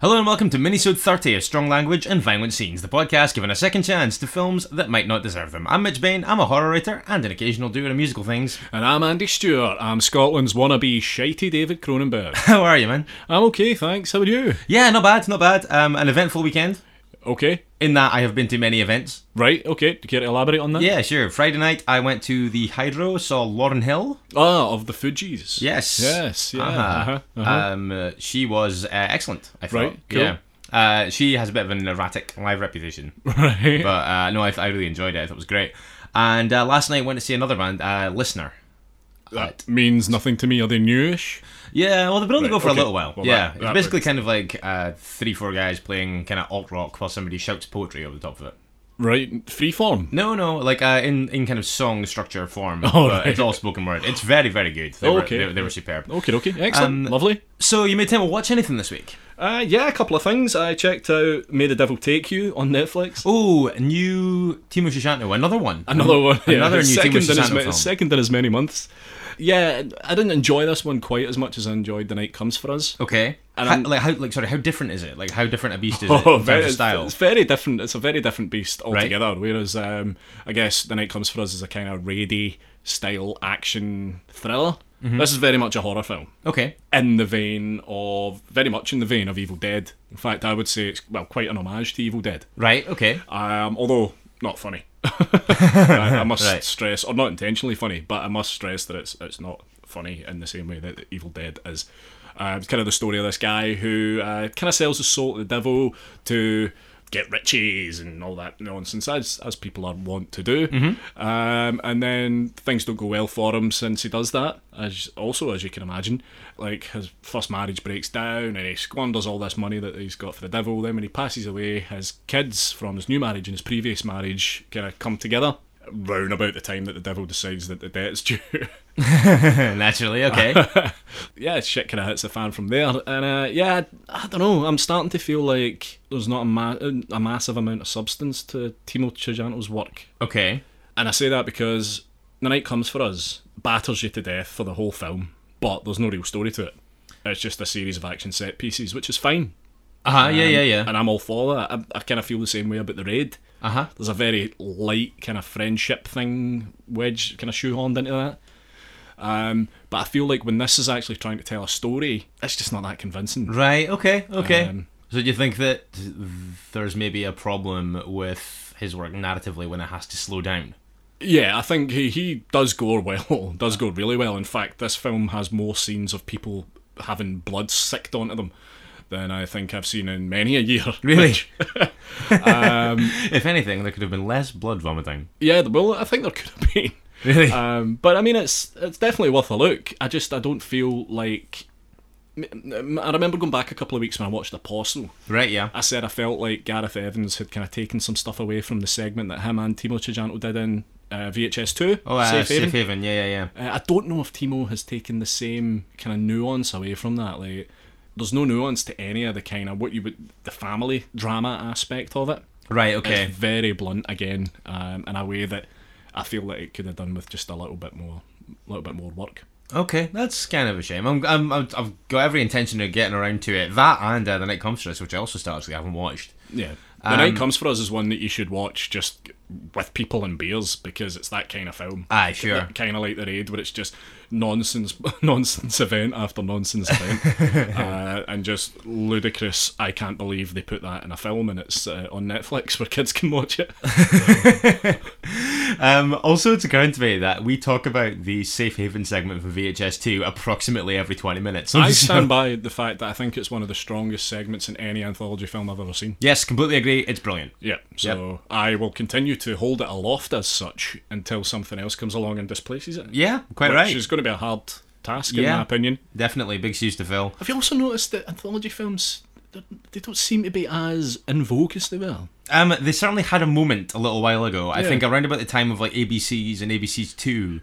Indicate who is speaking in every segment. Speaker 1: Hello and welcome to Minisode 30 of Strong Language and Violent Scenes, the podcast giving a second chance to films that might not deserve them. I'm Mitch Bain, I'm a horror writer and an occasional doer of musical things.
Speaker 2: And I'm Andy Stewart. I'm Scotland's wannabe shitey David Cronenberg.
Speaker 1: How are you, man?
Speaker 2: I'm okay, thanks. How are you?
Speaker 1: Yeah, not bad, not bad. Um, an eventful weekend,
Speaker 2: Okay.
Speaker 1: in that I have been to many events.
Speaker 2: Right, okay. Do you care to elaborate on that?
Speaker 1: Yeah, sure. Friday night I went to the Hydro, saw Lauren Hill.
Speaker 2: Ah, of the Fugees.
Speaker 1: Yes.
Speaker 2: Yes, yeah.
Speaker 1: Uh-huh.
Speaker 2: Uh-huh. uh-huh.
Speaker 1: Um, uh, she was uh, excellent, I thought.
Speaker 2: Right, cool.
Speaker 1: Yeah. Uh, she has a bit of an erratic live reputation.
Speaker 2: right.
Speaker 1: But uh, no, I, I really enjoyed it. I thought it was great. And uh, last night I went to see another band, uh, Listener.
Speaker 2: that means nothing to me. Are they newish?
Speaker 1: Yeah, well, they've been on the
Speaker 2: Right,
Speaker 1: go for a
Speaker 2: okay.
Speaker 1: little while.
Speaker 2: Well,
Speaker 1: yeah,
Speaker 2: that-
Speaker 1: it's
Speaker 2: that
Speaker 1: basically kind of like uh, three, four guys playing kind of alt rock while somebody shouts poetry over the top of it.
Speaker 2: Right, freeform.
Speaker 1: No, no, like uh, in in kind of song structure form.
Speaker 2: Oh,
Speaker 1: but
Speaker 2: right.
Speaker 1: It's all spoken word. It's very, very good. They were,
Speaker 2: Okay.
Speaker 1: they, they were superb.
Speaker 2: Okay, okay. Excellent.
Speaker 1: Um,
Speaker 2: Lovely.
Speaker 1: So you made time to watch anything this week?
Speaker 2: Uh, yeah, a couple of things. I checked out May the Devil Take You on Netflix.
Speaker 1: Oh, new Timo Shishanto, another one.
Speaker 2: Another one. yeah.
Speaker 1: Another new
Speaker 2: second
Speaker 1: Timo
Speaker 2: in as
Speaker 1: Susanto
Speaker 2: ma-
Speaker 1: film.
Speaker 2: Second in as many months. Yeah, I didn't enjoy this one quite as much as I enjoyed The Night Comes For Us.
Speaker 1: Okay.
Speaker 2: And
Speaker 1: how,
Speaker 2: I'm-
Speaker 1: like how like sorry, how different is it? Like how different a beast is it in terms of
Speaker 2: it's,
Speaker 1: style?
Speaker 2: it's Oh, very different. It's a very different beast altogether. Whereas, um, I guess The Night Comes For Us is a kind of raidy style action thriller. This is very much a horror film.
Speaker 1: Okay.
Speaker 2: in the vein of very much in the vein of Evil Dead. In fact, I would say it's well quite an homage to Evil Dead,
Speaker 1: Right. Okay.
Speaker 2: um, although not funny. I, I must
Speaker 1: Right.
Speaker 2: stress, or not intentionally funny, but I must stress that it's it's not funny in the same way that the Evil Dead is. Uh, it's kind of the story of this guy who uh, kind of sells his soul to the devil to get riches and all that nonsense, as as people are wont to do. Um, and then things don't go well for him since he does that. As also as you can imagine, like his first marriage breaks down and he squanders all this money that he's got for the devil. Then when he passes away, his kids from his new marriage and his previous marriage kind of come together round about the time that the devil decides that the debt's due.
Speaker 1: Naturally. Okay.
Speaker 2: yeah, shit kind of hits the fan from there. And uh, yeah, I don't know. I'm starting to feel like there's not a, ma- a massive amount of substance to Timo Chigiano's work.
Speaker 1: okay.
Speaker 2: And I say that because The Night Comes For Us batters you to death for the whole film, but there's no real story to it. It's just a series of action set pieces, which is fine.
Speaker 1: Uh huh. Yeah. Yeah. Yeah.
Speaker 2: And I'm all for that. I, I kind of feel the same way about The Raid.
Speaker 1: Uh huh.
Speaker 2: There's a very light kind of friendship thing wedge kind of shoehorned into that. Um, but I feel like when this is actually trying to tell a story, it's just not that convincing.
Speaker 1: Right. Okay. Okay.
Speaker 2: Um,
Speaker 1: so do you think that there's maybe a problem with his work narratively when it has to slow down?
Speaker 2: Yeah, I think he, he does gore well, does go really well. In fact, this film has more scenes of people having blood sicked onto them than I think I've seen in many a year.
Speaker 1: Really? if anything, there could have been less blood vomiting.
Speaker 2: yeah, well, I think there could have been.
Speaker 1: Really?
Speaker 2: Um, but I mean, it's it's definitely worth a look. I just I don't feel like. m- m- I remember going back a couple of weeks when I watched Apostle.
Speaker 1: right. Yeah.
Speaker 2: I said I felt like Gareth Evans had kind of taken some stuff away from the segment that him and Timo Chijanto did in uh, VHS two.
Speaker 1: Oh, uh,
Speaker 2: Safe
Speaker 1: safe,
Speaker 2: Haven.
Speaker 1: haven. Yeah. Yeah. Yeah.
Speaker 2: Uh, I don't know if Timo has taken the same kind of nuance away from that. Like, there's no nuance to any of the kind of what you would the family drama aspect of it.
Speaker 1: Right. Okay.
Speaker 2: It's very blunt again, um, in a way that I feel like it could have done with just a little bit more, little bit more work.
Speaker 1: Okay, that's kind of a shame. I'm, I'm, I'm, I've got every intention of getting around to it. That and uh, The Night Comes to Us, which I also started, I haven't watched.
Speaker 2: Yeah, The
Speaker 1: Um,
Speaker 2: Night Comes for Us is one that you should watch just with people and beers because it's that kind of film.
Speaker 1: Aye, sure.
Speaker 2: kind of like the raid where it's just nonsense nonsense event after nonsense event uh, and just ludicrous i can't believe they put that in a film and it's uh, on netflix where kids can watch it
Speaker 1: Um, also, to countermate that, we talk about the safe haven segment for VHS2 approximately every 20 minutes. on
Speaker 2: I
Speaker 1: the show.
Speaker 2: stand by the fact that I think it's one of the strongest segments in any anthology film I've ever seen.
Speaker 1: Yes, completely agree. It's brilliant.
Speaker 2: Yeah, so I will continue to hold it aloft as such until something else comes along and displaces it.
Speaker 1: Yeah, quite
Speaker 2: which
Speaker 1: right.
Speaker 2: is going to be a hard task, in
Speaker 1: Yeah.
Speaker 2: my opinion.
Speaker 1: Definitely big shoes to fill.
Speaker 2: Have you also noticed that anthology films they're- they don't seem to be as in vogue as they were?
Speaker 1: Um, they certainly had a moment a little while ago. I
Speaker 2: Yeah.
Speaker 1: think around about the time of like ABCs and ABCs two,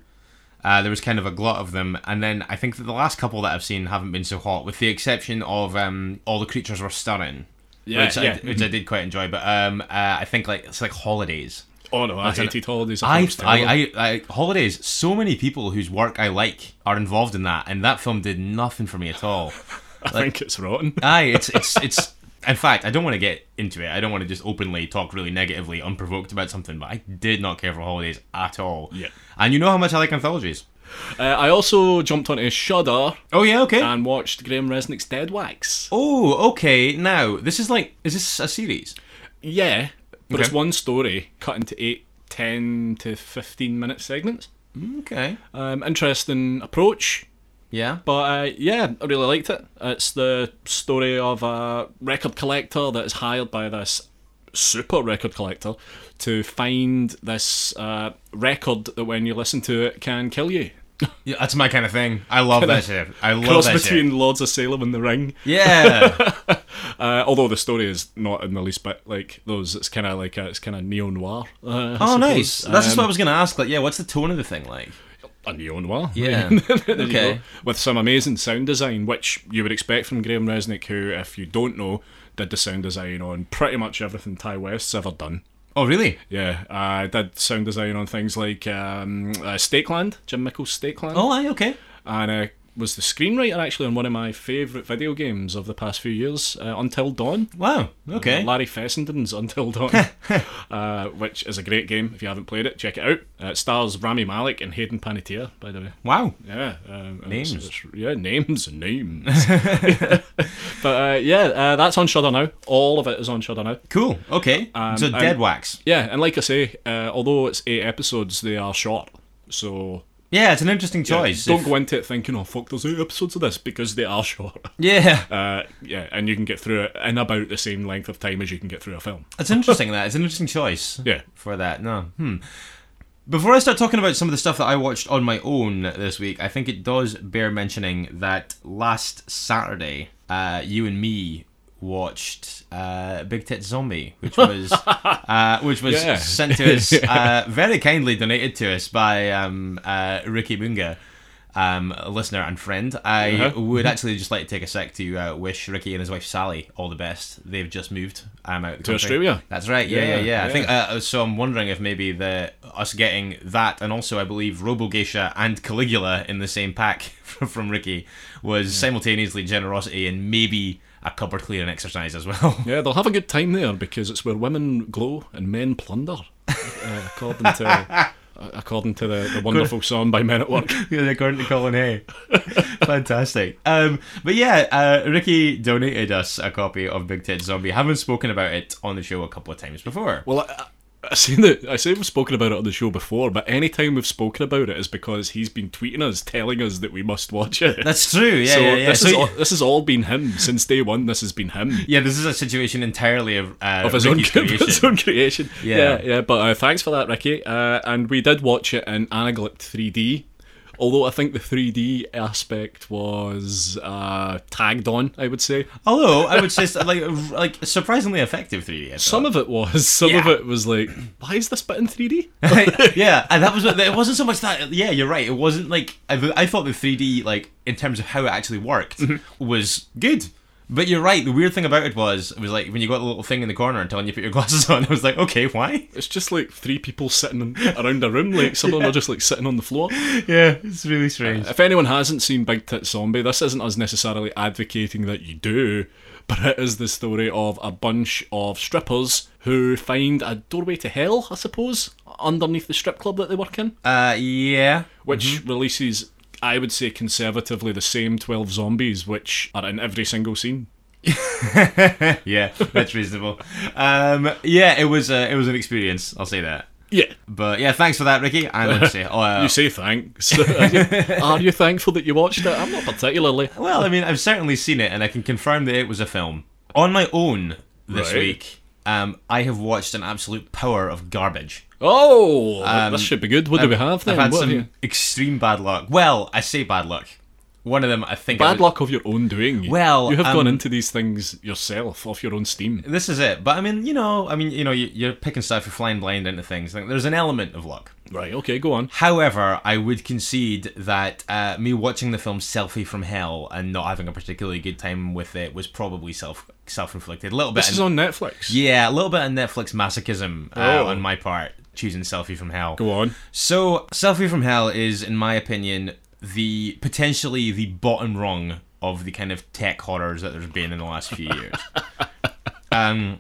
Speaker 1: uh, there was kind of a glut of them, and then I think that the last couple that I've seen haven't been so hot, with the exception of um, all the creatures were stirring.
Speaker 2: Yeah,
Speaker 1: which,
Speaker 2: yeah.
Speaker 1: I, which I did quite enjoy, but um, uh, I think like it's like holidays.
Speaker 2: Oh no, I hated holidays. thought it
Speaker 1: I,
Speaker 2: was terrible.
Speaker 1: I, I, I, holidays. So many people whose work I like are involved in that, and that film did nothing for me at all.
Speaker 2: I think it's rotten.
Speaker 1: Aye, it's it's it's. In fact, I don't want to get into it. I don't want to just openly talk really negatively, unprovoked about something. But I did not care for holidays at all.
Speaker 2: Yeah.
Speaker 1: And you know how much I like anthologies.
Speaker 2: Uh, I also jumped onto Shudder
Speaker 1: Oh yeah, okay.
Speaker 2: and watched Graham Resnick's Dead Wax.
Speaker 1: oh okay. Now this is like, is this a series?
Speaker 2: Yeah, but it's
Speaker 1: Okay.
Speaker 2: one story cut into eight, 10 to 15 minute segments.
Speaker 1: Okay.
Speaker 2: Um, interesting approach,
Speaker 1: Yeah.
Speaker 2: but uh, yeah, I really liked it. It's the story of a record collector that is hired by this super record collector to find this uh, record that when you listen to it can kill you.
Speaker 1: yeah, that's my kind of thing. I love that shit. I love
Speaker 2: Cross
Speaker 1: that
Speaker 2: between
Speaker 1: shit.
Speaker 2: Lords of Salem and The Ring.
Speaker 1: Yeah.
Speaker 2: Uh, although the story is not in the least bit like those, it's kind of like a, it's kind of neo noir. Uh, I
Speaker 1: oh,
Speaker 2: suppose.
Speaker 1: nice. That's just
Speaker 2: Um,
Speaker 1: what I was gonna ask. Like, yeah, what's the tone of the thing like?
Speaker 2: a neo noir.
Speaker 1: Yeah.
Speaker 2: There you
Speaker 1: okay.
Speaker 2: go. With some amazing sound design, which you would expect from Graham Resnick, who, if you don't know, did the sound design on pretty much everything Ty West's ever done.
Speaker 1: Oh, really?
Speaker 2: Yeah, I did sound design on things like um, uh, Stakeland, Jim Mickles' Stakeland,
Speaker 1: Oh, aye, okay.
Speaker 2: and uh, was the screenwriter actually on one of my favourite video games of the past few years, uh, Until Dawn.
Speaker 1: Wow. Okay.
Speaker 2: Larry Fessenden's Until Dawn, uh, which is a great game. If you haven't played it, check it out. Uh, it stars Rami Malik and Hayden Panettiere, by the way.
Speaker 1: wow.
Speaker 2: Yeah, um, and
Speaker 1: Names.
Speaker 2: it's- it's- yeah, names and names. but uh, yeah, uh, that's on Shudder now. All of it is on Shudder now.
Speaker 1: Cool. Okay. so
Speaker 2: and-
Speaker 1: dead wax.
Speaker 2: Yeah, and like I say, uh, although it's eight episodes, they are short. So
Speaker 1: Yeah, it's an interesting choice.
Speaker 2: don't
Speaker 1: If-
Speaker 2: go into it thinking, "Oh fuck, there's eight episodes of this," because they are short.
Speaker 1: yeah,
Speaker 2: Uh, yeah, and you can get through it in about the same length of time as you can get through a film.
Speaker 1: it's interesting. That it's an interesting choice.
Speaker 2: Yeah.
Speaker 1: For that, no. Hmm. Before I start talking about some of the stuff that I watched on my own this week, I think it does bear mentioning that last Saturday, uh, you and me watched uh, Big Tit Zombie, which was uh, which was
Speaker 2: Yeah.
Speaker 1: sent to us uh, very kindly donated to us by um, uh, Ricky Bunga. Um, a listener and friend, I
Speaker 2: Uh-huh.
Speaker 1: would actually just like to take a sec to uh, wish Ricky and his wife Sally all the best. They've just moved. I'm out of the
Speaker 2: To
Speaker 1: country.
Speaker 2: Australia.
Speaker 1: That's right. Yeah, yeah,
Speaker 2: Yeah,
Speaker 1: yeah. I think uh, so. I'm wondering if maybe the us getting that, and also I believe Robo Geisha and Caligula in the same pack from, from Ricky was simultaneously generosity and maybe a cupboard clearing exercise as well.
Speaker 2: Yeah, they'll have a good time there because it's where women glow and men plunder, uh, according to according to the, the wonderful song by Men at Work.
Speaker 1: Yeah, according to Colin Hay. Fantastic. Um, but yeah, uh, Ricky donated us a copy of Big Tit Zombie. Haven't spoken about it on the show a couple of times before.
Speaker 2: Well, I, I say that I say we've spoken about it on the show before, but any time we've spoken about it is because he's been tweeting us, telling us that we must watch it.
Speaker 1: That's true. Yeah,
Speaker 2: so
Speaker 1: yeah, yeah.
Speaker 2: this
Speaker 1: So-
Speaker 2: is all, this has all been him since day one. This has been him
Speaker 1: yeah, this is a situation entirely of, uh,
Speaker 2: of his own,
Speaker 1: Ricky's
Speaker 2: creation.
Speaker 1: creation.
Speaker 2: his own creation.
Speaker 1: Yeah.
Speaker 2: yeah, But uh, thanks for that, Ricky. Uh, and we did watch it in Anaglypt 3D. Although I think the 3D aspect was uh, tagged on, I would say.
Speaker 1: Although I would say like r- like surprisingly effective 3D. I
Speaker 2: Some of it was. Some of
Speaker 1: Uh, Yeah.
Speaker 2: it was like, why is this bit in 3D?
Speaker 1: thought. yeah, and that was what- it. Wasn't so much that. Yeah, you're right. It wasn't like I, th- I thought the 3D like in terms of how it actually worked was good. But you're right. The weird thing about it was it was like when you got the little thing in the corner and telling you to put your glasses on. I was like, okay, why?
Speaker 2: It's just like three people sitting in- around a room, like some of them are just like sitting on the floor.
Speaker 1: Yeah, it's really strange.
Speaker 2: If anyone hasn't seen Big Tit Zombie, this isn't us necessarily advocating that you do, but it is the story of a bunch of strippers who find a doorway to hell, I suppose, underneath the strip club that they work in,
Speaker 1: Uh, yeah.
Speaker 2: which releases, I would say conservatively, the same 12 zombies which are in every single scene.
Speaker 1: yeah, that's reasonable. Um, yeah, it was uh, it was an experience. I'll say that.
Speaker 2: Yeah,
Speaker 1: But yeah, thanks for that, Ricky. And let's see. Oh, uh,
Speaker 2: you say thanks. Are you thankful that you watched it? I'm not particularly.
Speaker 1: well, I mean, I've certainly seen it, and I can confirm that it was a film. On my own this
Speaker 2: Right.
Speaker 1: week, um, I have watched an absolute power of garbage.
Speaker 2: Oh, this should be good. What do we have then?
Speaker 1: Um, I've had
Speaker 2: What have
Speaker 1: some
Speaker 2: you-
Speaker 1: extreme bad luck. Well, I say bad luck. One of them, I think. I
Speaker 2: bad
Speaker 1: was-
Speaker 2: luck of your own doing.
Speaker 1: Well,
Speaker 2: you have
Speaker 1: um,
Speaker 2: gone into these things yourself, off your own steam.
Speaker 1: This is it. But I mean, you know, I mean, you know, you- you're picking stuff, you're flying blind into things. Like, There's an element of luck.
Speaker 2: Right. Okay. Go on.
Speaker 1: However, I would concede that uh, me watching the film Selfie from Hell and not having a particularly good time with it was probably self self inflicted. A little bit.
Speaker 2: This is
Speaker 1: in-
Speaker 2: on Netflix.
Speaker 1: yeah, a little bit of Netflix masochism uh,
Speaker 2: Oh.
Speaker 1: on my part, choosing Selfie from Hell.
Speaker 2: Go on.
Speaker 1: So, Selfie from Hell is, in my opinion, the potentially the bottom rung of the kind of tech horrors that there's been in the last few years. um,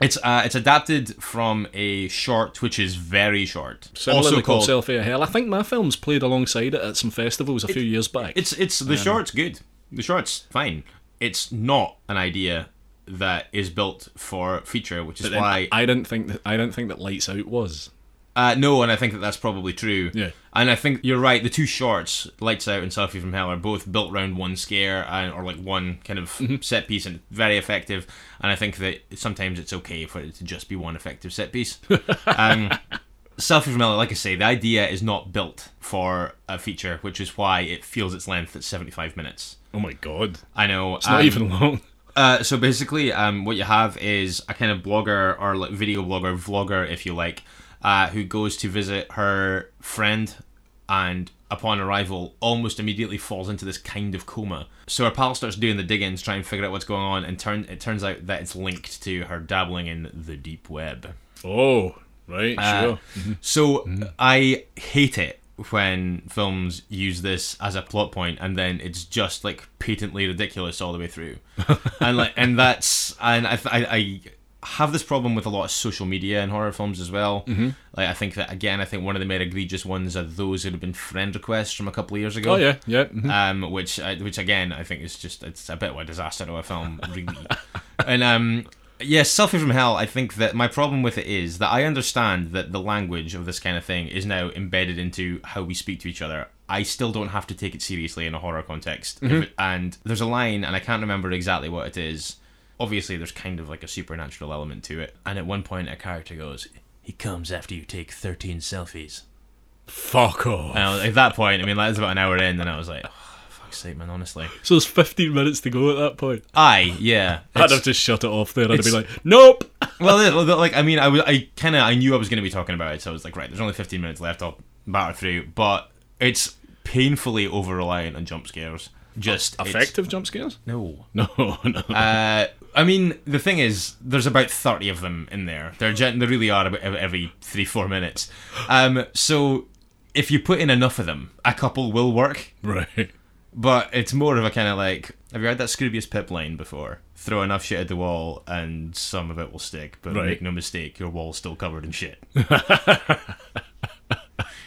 Speaker 1: it's uh, it's adapted from a short, which is very short,
Speaker 2: Similarly called Selfie of Hell. I think my film's played alongside it at some festivals a few years back.
Speaker 1: It's it's the short's good. The short's fine. It's not an idea that is built for feature, which is
Speaker 2: Then
Speaker 1: why
Speaker 2: I didn't think that I didn't think that Lights Out was.
Speaker 1: Uh, no, and I think that that's probably true.
Speaker 2: Yeah.
Speaker 1: And I think you're right. The two shorts, Lights Out and Selfie from Hell, are both built around one scare and, or like one kind of
Speaker 2: Mm-hmm.
Speaker 1: set piece and very effective. And I think that sometimes it's okay for it to just be one effective set piece. um, Selfie from Hell, like I say, the idea is not built for a feature, which is why it feels its length at 75 minutes.
Speaker 2: Oh my god,
Speaker 1: I know. It's
Speaker 2: not even long.
Speaker 1: uh, so basically, um, what you have is a kind of blogger or like video blogger, vlogger, if you like, uh, who goes to visit her friend, and upon arrival, almost immediately falls into this kind of coma. So her pal starts doing the digging to try and figure out what's going on, and turn it turns out that it's linked to her dabbling in the deep web.
Speaker 2: Oh, right,
Speaker 1: uh,
Speaker 2: sure. Oh,
Speaker 1: So I hate it when films use this as a plot point and then it's just like patently ridiculous all the way through. and like and that's and I, I I have this problem with a lot of social media and horror films as well. Like I think that again I think one of the more egregious ones are those that have been friend requests from a couple of years ago.
Speaker 2: Oh yeah, yeah. mhm.
Speaker 1: Um, which I- which again I think is just it's a bit of a disaster to a film really. and um, yeah, Selfie from Hell. I think that my problem with it is that I understand that the language of this kind of thing is now embedded into how we speak to each other. I still don't have to take it seriously in a horror context. If it- and there's a line, and I can't remember exactly what it is. Obviously, there's kind of like a supernatural element to it. And at one point, a character goes, "He comes after you take 13 selfies."
Speaker 2: Fuck off.
Speaker 1: And I was- at that point, I mean, that was about an hour in, and I was like, oh, fuck's sake, man, honestly.
Speaker 2: so there's 15 minutes to go at that point.
Speaker 1: Aye, yeah.
Speaker 2: I'd
Speaker 1: It's-
Speaker 2: have just shut it off there. I'd have
Speaker 1: it's-
Speaker 2: been like, nope.
Speaker 1: well, it- well, like, I mean, I, was- I kind of, I knew I was going to be talking about it, so I was like, right, there's only 15 minutes left, I'll batter through. But it's painfully over-reliant on jump scares. Just it's-
Speaker 2: Effective jump scares?
Speaker 1: No.
Speaker 2: No, no.
Speaker 1: Uh, I mean, the thing is, there's about 30 of them in there. They're gen- they really are about ev- every three, four minutes. Um, so if you put in enough of them, a couple will work.
Speaker 2: right.
Speaker 1: But it's more of a kind of like, have you heard that Scroobius Pip line before? Throw enough shit at the wall and some of it will stick, but
Speaker 2: Right.
Speaker 1: make no mistake, your wall's still covered in shit.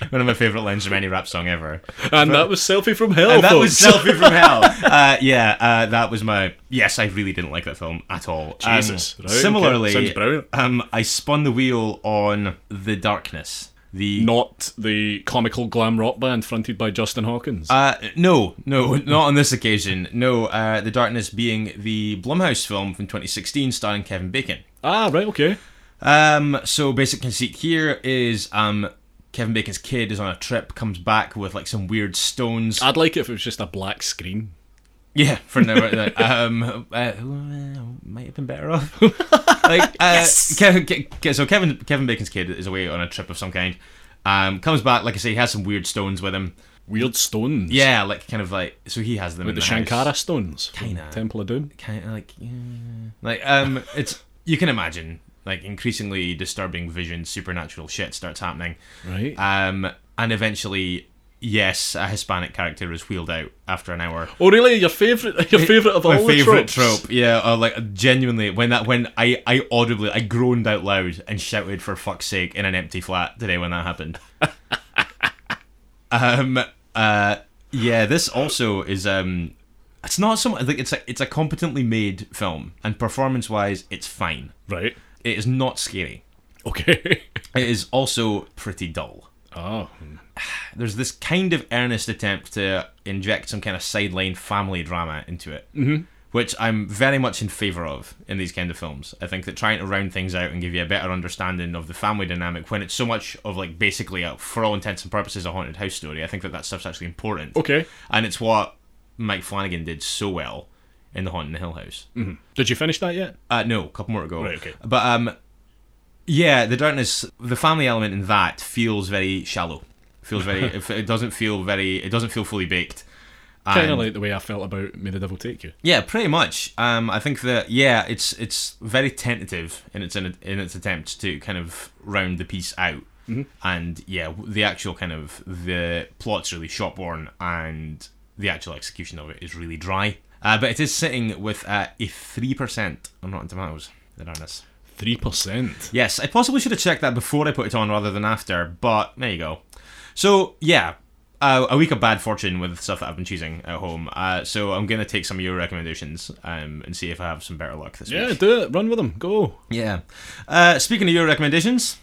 Speaker 1: One of my favourite lines from any rap song ever.
Speaker 2: And that was Selfie from Hell.
Speaker 1: And that was
Speaker 2: folks.
Speaker 1: Selfie from Hell. Uh, yeah, uh, that was my. Yes, I really didn't like that film at all. Um,
Speaker 2: Jesus, right, okay.
Speaker 1: Similarly,
Speaker 2: Sounds brilliant.
Speaker 1: um, I spun the wheel on The Darkness. The
Speaker 2: Not the comical glam rock band fronted by Justin Hawkins.
Speaker 1: Uh, no, no, not on this occasion. No, uh, The Darkness being the Blumhouse film from 2016 starring Kevin Bacon.
Speaker 2: ah, right, okay.
Speaker 1: Um, so basic conceit here is um, Kevin Bacon's kid is on a trip, comes back with like some weird stones.
Speaker 2: I'd like it if it was just a black screen.
Speaker 1: yeah, for now. um, uh, who, uh, might have been better off. like, uh, Kevin, Ke- Ke- so Kevin Kevin Bacon's kid is away on a trip of some kind. Um, comes back, like I say, he has some weird stones with him.
Speaker 2: Weird stones.
Speaker 1: Yeah, like kind of like so he has them
Speaker 2: With
Speaker 1: in
Speaker 2: the
Speaker 1: the house.
Speaker 2: Shankara stones. from
Speaker 1: Kinda.
Speaker 2: Temple of Doom.
Speaker 1: kind of like yeah. like um it's you can imagine like increasingly disturbing vision supernatural shit starts happening
Speaker 2: Right.
Speaker 1: um and eventually yes a hispanic character is wheeled out after an hour
Speaker 2: oh, really? Your favourite your favourite of
Speaker 1: my
Speaker 2: all
Speaker 1: favorite
Speaker 2: the tropes?
Speaker 1: trope yeah or like genuinely when that when i i audibly i groaned out loud and shouted for fuck's sake in an empty flat today when that happened um uh yeah this also is um it's not so much like it's a it's a competently made film and performance wise it's fine
Speaker 2: Right.
Speaker 1: it is not scary
Speaker 2: Okay.
Speaker 1: It is also pretty dull.
Speaker 2: oh.
Speaker 1: There's this kind of earnest attempt to inject some kind of sideline family drama into it, mm-hmm. which I'm very much in favour of in these kind of films. I think that trying to round things out and give you a better understanding of the family dynamic when it's so much of like basically, a, for all intents and purposes, a haunted house story. I think that that stuff's actually important,
Speaker 2: Okay.
Speaker 1: and it's what Mike Flanagan did so well in the Haunting Hill House.
Speaker 2: Did you finish that yet?
Speaker 1: Uh, no, a couple more to go.
Speaker 2: Right, okay.
Speaker 1: But um, yeah, the darkness, the family element in that feels very shallow. Feels very. it it doesn't feel very. It doesn't feel fully baked. And-
Speaker 2: Kind of like the way I felt about May the Devil Take You.
Speaker 1: yeah, pretty much. Um, I think that yeah, it's it's very tentative in its in, its attempt to kind of round the piece out.
Speaker 2: Mm-hmm.
Speaker 1: And yeah, w- the actual kind of the plot's really shopworn, and the actual execution of it is really dry. Uh, but it is sitting with uh, a three percent on Rotten Tomatoes. The darkness.
Speaker 2: 3%.
Speaker 1: Yes, I possibly should have checked that before I put it on rather than after, but there you go. So, yeah, uh, a week of bad fortune with stuff that I've been choosing at home. Uh, so, I'm going to take some of your recommendations um, and see if I have some better luck this
Speaker 2: Yeah,
Speaker 1: week.
Speaker 2: do it. Run with them. Go.
Speaker 1: Yeah. Uh, speaking of your recommendations.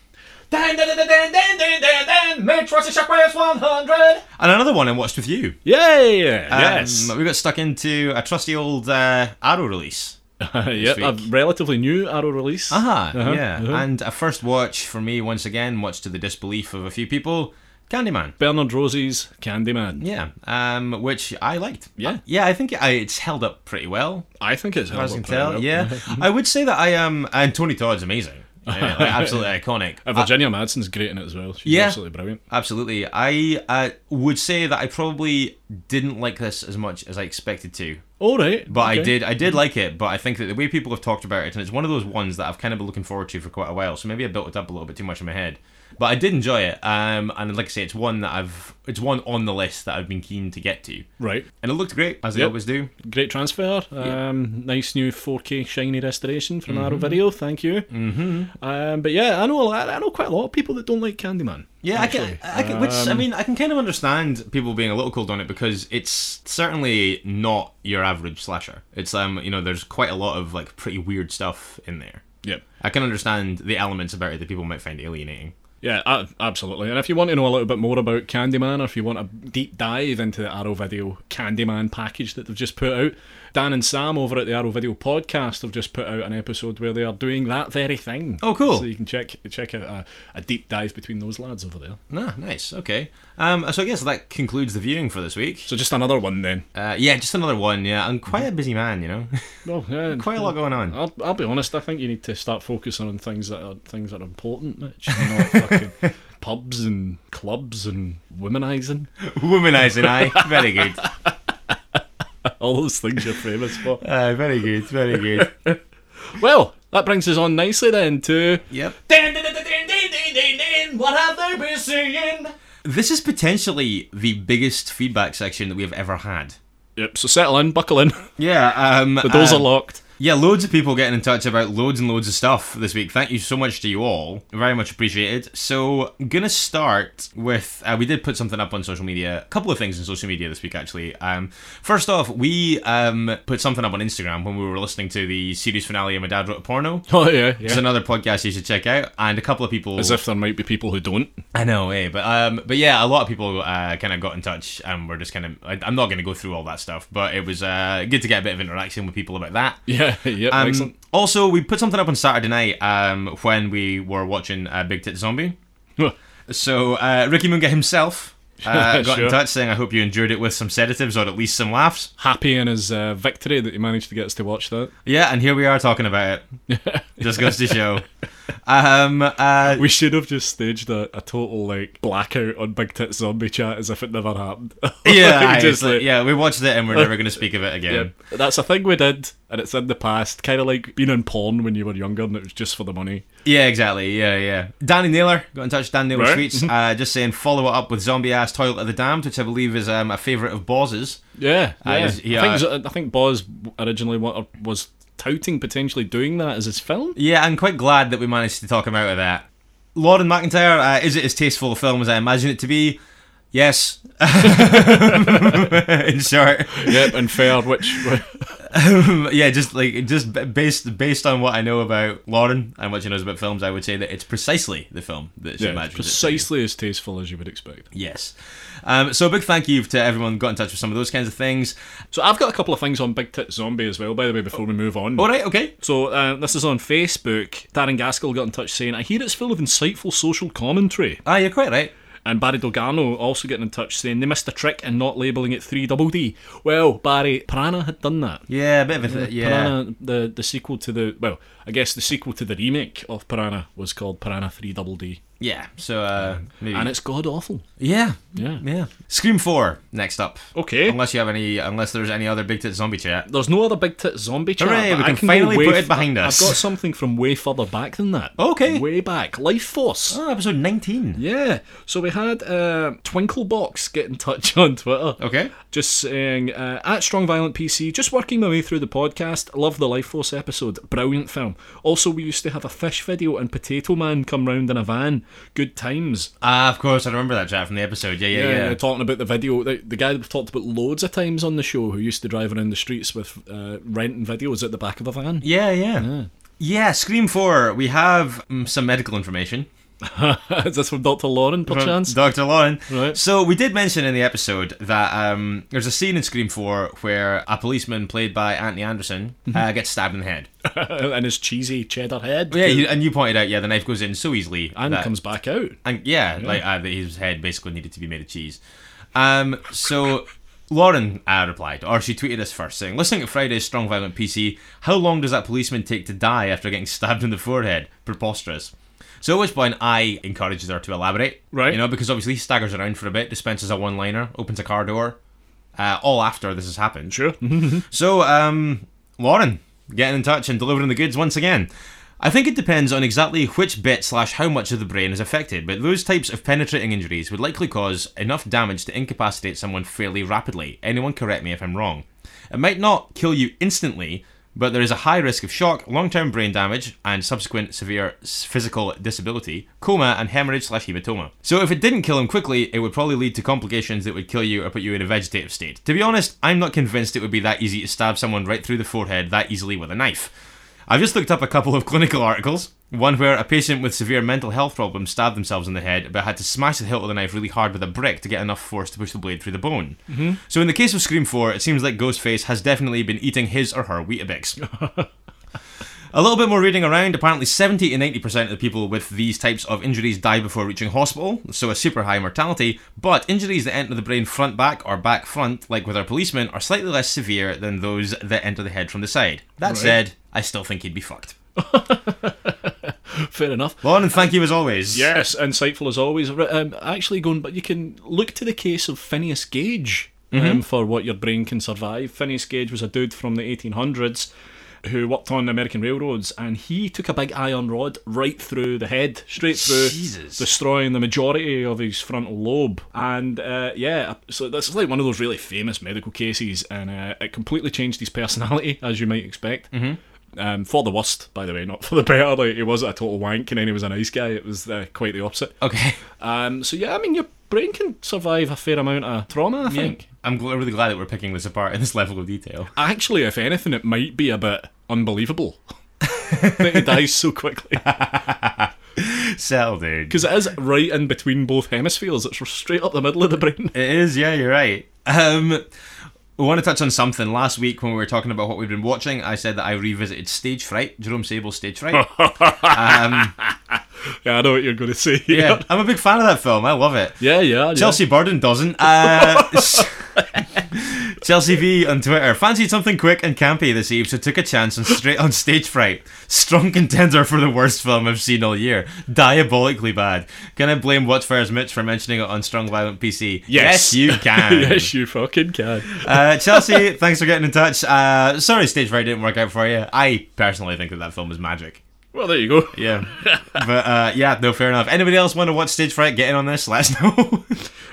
Speaker 1: Dan, dan, dan, dan, dan, dan, dan, dan, Mitch Ross's Shockwaves 100. And another one I watched with you.
Speaker 2: Yay!
Speaker 1: Um,
Speaker 2: yes.
Speaker 1: We got stuck into a trusty old uh, Arrow release.
Speaker 2: yep, a
Speaker 1: week.
Speaker 2: relatively new Arrow release.
Speaker 1: Aha,
Speaker 2: Uh-huh,
Speaker 1: yeah.
Speaker 2: uh-huh.
Speaker 1: And a first watch for me, once again, much to the disbelief of a few people, Candyman.
Speaker 2: Bernard Rosie's Candyman.
Speaker 1: Yeah, um, which I liked. Uh,
Speaker 2: Yeah.
Speaker 1: yeah, I think I, it's held up pretty well,
Speaker 2: I think it's
Speaker 1: as far as I can
Speaker 2: held up
Speaker 1: tell.
Speaker 2: pretty well.
Speaker 1: Yeah, I would say that I am, and Tony Todd's amazing, Yeah, like, absolutely iconic.
Speaker 2: And
Speaker 1: I-
Speaker 2: Uh, Virginia Madsen's great in it as well. She's
Speaker 1: Yeah.
Speaker 2: absolutely brilliant.
Speaker 1: absolutely, I uh, would say that I probably didn't like this as much as I expected to.
Speaker 2: All right.
Speaker 1: But I
Speaker 2: okay. Mm-hmm.
Speaker 1: did, I did like it. But I think that the way people have talked about it, and it's one of those ones that I've kind of been looking forward to for quite a while. So maybe I built it up a little bit too much in my head. But I did enjoy it. Um, and like I say, it's one that I've, it's one on the list that I've been keen to get to.
Speaker 2: Right.
Speaker 1: And it looked great, as they
Speaker 2: Yep.
Speaker 1: always do.
Speaker 2: Great transfer. Um, nice new 4K shiny restoration from Arrow Video. Thank you. Mm-hmm. Um, but yeah, I know a lot, I know quite a lot of people that don't like Candyman.
Speaker 1: Yeah,
Speaker 2: actually. um,
Speaker 1: I can, I can, which I mean, I can kind of understand people being a little cold on it because it's certainly not your average slasher. It's um, you know, there's quite a lot of like pretty weird stuff in there.
Speaker 2: Yep.
Speaker 1: I can understand the elements about it that people might find alienating.
Speaker 2: Yeah, a- absolutely. And if you want to know a little bit more about Candyman, or if you want a deep dive into the Arrow Video Candyman package that they've just put out, Dan and Sam over at the Arrow Video podcast have just put out an episode where they are doing that very thing.
Speaker 1: Oh, cool.
Speaker 2: So you can check check out a, a deep dive between those lads over there.
Speaker 1: Ah, nice. Okay. Um, so I guess that concludes the viewing for this week.
Speaker 2: So just another one then.
Speaker 1: Uh, yeah, just another one. Yeah, I'm quite a busy man, you know,
Speaker 2: Well, yeah,
Speaker 1: quite a lot going on.
Speaker 2: I'll, I'll be honest. I think you need to start focusing on things that are things that are important, Mitch. You know, fucking pubs and clubs and womanizing.
Speaker 1: Womanizing, I very good.
Speaker 2: All those things you're famous for.
Speaker 1: Uh, very good. Very good.
Speaker 2: Well, that brings us on nicely then to
Speaker 1: Yep. What have they been singing? This is potentially the biggest feedback section that we have ever had.
Speaker 2: yep. So settle in, buckle in.
Speaker 1: Yeah, um,
Speaker 2: The doors are locked.
Speaker 1: Yeah, loads of people getting in touch about loads and loads of stuff this week. Thank you so much to you all. Very much appreciated. So, gonna start with uh, we did put something up on social media, a couple of things on social media this week actually. Um, first off, we um, put something up on Instagram when we were listening to the series finale of My Dad Wrote a Porno.
Speaker 2: Oh yeah,
Speaker 1: It's
Speaker 2: yeah.
Speaker 1: another podcast you should check out, and a couple of people.
Speaker 2: As if there might be people who don't.
Speaker 1: I know, eh? But um, but yeah, a lot of people uh, kind of got in touch, and we're just kind of. I'm not gonna go through all that stuff, but it was uh, good to get a bit of interaction with people about that.
Speaker 2: Yeah, yep.
Speaker 1: Um,
Speaker 2: excellent.
Speaker 1: Also, we put something up on Saturday night um, when we were watching uh, Big Tit Zombie. So uh, Ricky Munga himself uh, got
Speaker 2: Sure.
Speaker 1: in touch saying, "I hope you endured it with some sedatives or at least some laughs."
Speaker 2: Happy in his uh, victory that he managed to get us to watch that.
Speaker 1: Yeah, and here we are talking about it. just goes to show. Um, uh,
Speaker 2: We should have just staged a, a total like blackout on Big Tit Zombie chat as if it never happened.
Speaker 1: yeah,
Speaker 2: Like,
Speaker 1: aye,
Speaker 2: just
Speaker 1: it's like-
Speaker 2: like-
Speaker 1: yeah, we watched it and we're never going to speak of it again.
Speaker 2: Yeah, that's a thing we did, and it's in the past. Kind of like being in porn when you were younger, and it was just for the money.
Speaker 1: Yeah, exactly. Yeah, yeah. Danny Naylor got in touch. Dan Naylor
Speaker 2: Right.
Speaker 1: tweets uh, just saying follow it up with zombie ass toilet of the damned, which I believe is um, a favourite of Boz's.
Speaker 2: Yeah,
Speaker 1: Aye,
Speaker 2: yeah.
Speaker 1: is- yeah.
Speaker 2: I think I think Boz originally wa- was touting potentially doing that as his film.
Speaker 1: Yeah, I'm quite glad that we managed to talk him out of that. Lord and McIntyre, uh, is it as tasteful a film as I imagine it to be? Yes. In short.
Speaker 2: Yep, and fair, which
Speaker 1: Um, yeah, just like just b- based based on what I know about Lauren and what she knows about films, I would say that it's precisely the film that she
Speaker 2: Yeah,
Speaker 1: imagines. it to be.
Speaker 2: precisely as tasteful as you would expect.
Speaker 1: Yes. Um, so a big thank you to everyone who got in touch with some of those kinds of things.
Speaker 2: So I've got a couple of things on Big Tit Zombie as well, by the way, before we move on.
Speaker 1: All right, okay.
Speaker 2: So uh, this is on Facebook. Darren Gaskell got in touch saying, "I hear it's full of insightful social commentary."
Speaker 1: Ah, you're quite right.
Speaker 2: And Barry Delgano also getting in touch saying they missed a trick in not labelling it three double D. Well, Barry Prana had done that.
Speaker 1: Yeah, a bit of a th- yeah.
Speaker 2: Piranha, the the sequel to the well, I guess the sequel to the remake of Piranha was called Piranha Three Double D,
Speaker 1: Yeah. So uh, maybe.
Speaker 2: and it's god awful.
Speaker 1: yeah.
Speaker 2: Yeah.
Speaker 1: Yeah. Scream Four next up.
Speaker 2: Okay.
Speaker 1: Unless you have any, unless there's any other big tit zombie chat.
Speaker 2: There's no other big tit zombie chat.
Speaker 1: Hooray,
Speaker 2: but
Speaker 1: we
Speaker 2: I
Speaker 1: can
Speaker 2: go
Speaker 1: finally
Speaker 2: way
Speaker 1: put it
Speaker 2: f-
Speaker 1: behind
Speaker 2: I've
Speaker 1: us.
Speaker 2: got something from way further back than that.
Speaker 1: Okay.
Speaker 2: Way back. Life Force.
Speaker 1: Oh, episode nineteen.
Speaker 2: Yeah. So we had uh, Twinklebox get in touch on Twitter.
Speaker 1: Okay.
Speaker 2: Just saying, uh, at Strong Violent PC, just working my way through the podcast. Love the Life Force episode. Brilliant film. Also, we used to have a fish video and Potato Man come round in a van. Good times.
Speaker 1: Ah, of course, I remember that chat from the episode. Yeah, yeah,
Speaker 2: Yeah,
Speaker 1: yeah.
Speaker 2: yeah, talking about the video. The, the guy that we've talked about loads of times on the show who used to drive around the streets with uh, renting videos at the back of a van.
Speaker 1: Yeah, yeah. Yeah, Scream 4, we have mm, some medical information.
Speaker 2: Is this from Dr. Lauren,
Speaker 1: from
Speaker 2: perchance?
Speaker 1: Dr. Lauren.
Speaker 2: Right.
Speaker 1: So, we did mention in the episode that um, there's a scene in Scream 4 where a policeman played by Anthony Anderson uh, gets stabbed in the head.
Speaker 2: and his cheesy cheddar head.
Speaker 1: Yeah, you, and you pointed out, yeah, the knife goes in so easily.
Speaker 2: and
Speaker 1: that,
Speaker 2: comes back out.
Speaker 1: And yeah, like uh, that his head basically needed to be made of cheese. Um, so Lauren uh, replied, or she tweeted us first, saying, "Listening to Friday's Strong Violent PC, how long does that policeman take to die after getting stabbed in the forehead? Preposterous." So at which point I encourages her to elaborate,
Speaker 2: Right.
Speaker 1: You know, because obviously he staggers around for a bit, dispenses a one-liner, opens a car door, uh, all after this has happened.
Speaker 2: Sure.
Speaker 1: So, um, Lauren, getting in touch and delivering the goods once again. I think it depends on exactly which bit slash how much of the brain is affected, but those types of penetrating injuries would likely cause enough damage to incapacitate someone fairly rapidly. Anyone correct me if I'm wrong. It might not kill you instantly, but there is a high risk of shock, long-term brain damage, and subsequent severe s- physical disability, coma, and hemorrhage slash hematoma. So if it didn't kill him quickly, it would probably lead to complications that would kill you or put you in a vegetative state. To be honest, I'm not convinced it would be that easy to stab someone right through the forehead that easily with a knife. I've just looked up a couple of clinical articles. One where a patient with severe mental health problems stabbed themselves in the head, but had to smash the hilt of the knife really hard with a brick to get enough force to push the blade through the bone. Mm-hmm. So, in the case of Scream 4, it seems like Ghostface has definitely been eating his or her Weetabix. A little bit more reading around. Apparently, 70 to 90% of the people with these types of injuries die before reaching hospital, so a super high mortality. But injuries that enter the brain front back or back front, like with our policeman, are slightly less severe than those that enter the head from the side. That said, I still think he'd be fucked.
Speaker 2: Fair enough.
Speaker 1: Lauren, thank you as always.
Speaker 2: Yes, insightful as always. Ri- Um, actually, going, but you can look to the case of Phineas Gage um, for what your brain can survive. Phineas Gage was a dude from the 1800s who worked on American railroads, and he took a big iron rod right through the head, straight through,
Speaker 1: Jesus.
Speaker 2: destroying the majority of his frontal lobe. And uh, yeah, so this is like one of those really famous medical cases, and uh, it completely changed his personality, as you might expect. Mm-hmm. Um, for the worst, by the way, not for the better. Like he wasn't a total wank, and then he was a nice guy. It was uh, quite the opposite.
Speaker 1: Okay.
Speaker 2: Um, so yeah, I mean, your brain can survive a fair amount of trauma. I think.
Speaker 1: I'm gl- really glad that we're picking this apart in this level of detail.
Speaker 2: Actually, if anything, it might be a bit unbelievable that he dies so quickly
Speaker 1: Sell, dude.
Speaker 2: because it is right in between both hemispheres. It's straight up the middle of the brain.
Speaker 1: It is, yeah, you're right. Um, we want to touch on something. Last week, when we were talking about what we've been watching, I said that I revisited Stage Fright, Jerome Sable's Stage Fright. Um,
Speaker 2: Yeah, I know what you're going to say.
Speaker 1: yeah, I'm a big fan of that film. I love it.
Speaker 2: yeah, yeah. yeah.
Speaker 1: Chelsea Burden doesn't. Uh, s- Chelsea V on Twitter fancied something quick and campy this eve, so took a chance on straight on stage fright. Strong contender for the worst film I've seen all year. Diabolically bad. Can I blame Watchfire's Mitch for mentioning it on Strong Violent PC?
Speaker 2: Yes.
Speaker 1: you can.
Speaker 2: yes, you fucking can.
Speaker 1: Uh, Chelsea, thanks for getting in touch. Uh, sorry, stage fright didn't work out for you. I personally think that that film is magic.
Speaker 2: Well, there you go.
Speaker 1: Yeah, but uh, yeah, no, fair enough. Anybody else want to watch Stage Fright? Get in on this. Let us know.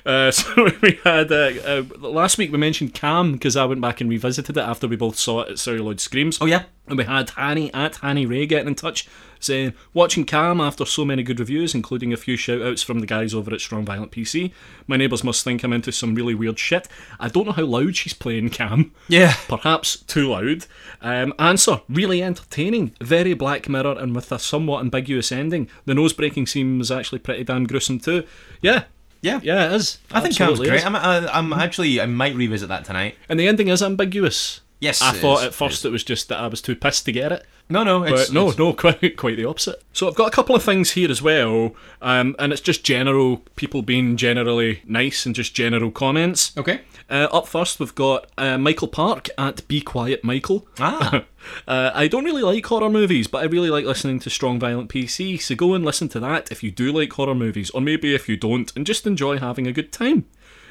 Speaker 2: Uh, so we had uh, uh, last week we mentioned Cam because I went back and revisited it after we both saw it at Celluloid Screams.
Speaker 1: Oh, yeah,
Speaker 2: And we had Hanny at Hanny Ray getting in touch saying, Watching Cam after so many good reviews, including a few shout outs from the guys over at Strong Violent PC, my neighbours must think I'm into some really weird shit. I don't know how loud she's playing Cam.
Speaker 1: Yeah.
Speaker 2: Perhaps too loud. Um, answer Really entertaining. Very Black Mirror and with a somewhat ambiguous ending. The nose breaking scene was actually pretty damn gruesome too. Yeah.
Speaker 1: Yeah.
Speaker 2: Yeah, it is.
Speaker 1: I think Cam's
Speaker 2: Absolutely
Speaker 1: great.
Speaker 2: is.
Speaker 1: I'm, I, I'm actually, I might revisit that tonight.
Speaker 2: And the ending is ambiguous.
Speaker 1: Yes,
Speaker 2: I
Speaker 1: it
Speaker 2: thought
Speaker 1: is,
Speaker 2: at first it was just that I was too pissed to get it.
Speaker 1: No, no,
Speaker 2: But
Speaker 1: it's,
Speaker 2: no,
Speaker 1: it's-
Speaker 2: no, quite quite the opposite. So I've got a couple of things here as well, um, and it's just general people being generally nice and just general comments.
Speaker 1: Okay.
Speaker 2: Uh, up first, we've got uh, Michael Park at Be Quiet Michael.
Speaker 1: Ah.
Speaker 2: Uh, I don't really like horror movies, but I really like listening to Strong Violent PC, so go and listen to that if you do like horror movies, or maybe if you don't, and just enjoy having a good time.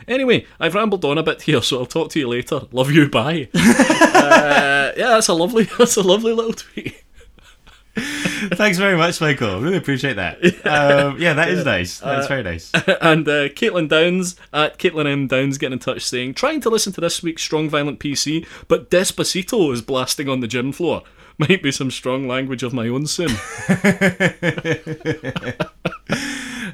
Speaker 2: Anyway, I've rambled on a bit here, so I'll talk to you later. Love you, bye. uh, yeah, that's a lovely, that's a lovely little tweet.
Speaker 1: Thanks very much, Michael. Really appreciate that. Um, yeah, Uh, that is nice. That's very nice.
Speaker 2: and uh, Caitlin Downs at Caitlin M Downs getting in touch saying, trying to listen to this week's Strong Violent PC, but Despacito is blasting on the gym floor. Might be some strong language of my own soon.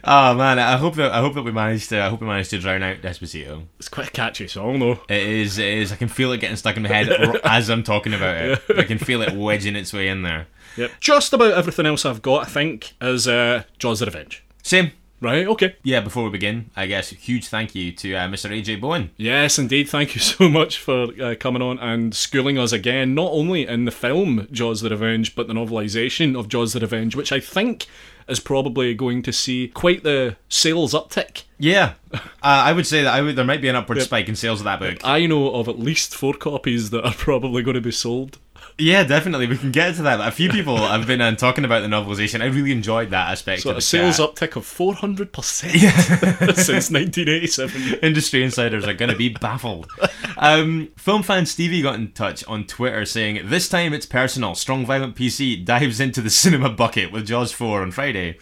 Speaker 1: Oh man, I hope that I hope that we managed to I hope we managed to drown out Despacito.
Speaker 2: it's quite a catchy song though.
Speaker 1: It is it is. I can feel it getting stuck in my head r- as I'm talking about it. I can feel it wedging its way in there.
Speaker 2: Yep. Just about everything else I've got, I think, is uh, Jaws of Revenge.
Speaker 1: Same.
Speaker 2: Right? Okay.
Speaker 1: Yeah, before we begin, I guess a huge thank you to uh, Mr. AJ Bowen.
Speaker 2: Yes, indeed. Thank you so much for uh, coming on and schooling us again, not only in the film Jaws the Revenge, but the novelisation of Jaws the Revenge, which I think is probably going to see quite the sales uptick
Speaker 1: Yeah, uh, I would say that I would, there might be an upward spike in sales of that book.
Speaker 2: I know of at least four copies that are probably going to be sold.
Speaker 1: Yeah, definitely. We can get to that. A few people have been um, talking about the novelization. I really enjoyed that aspect
Speaker 2: So
Speaker 1: of
Speaker 2: a
Speaker 1: the
Speaker 2: sales
Speaker 1: chat.
Speaker 2: uptick of 400% since 1987.
Speaker 1: Industry insiders are going to be baffled. Um, film fan Stevie got in touch on Twitter saying, This time it's personal. Strong Violent PC dives into the cinema bucket with Jaws 4 on Friday.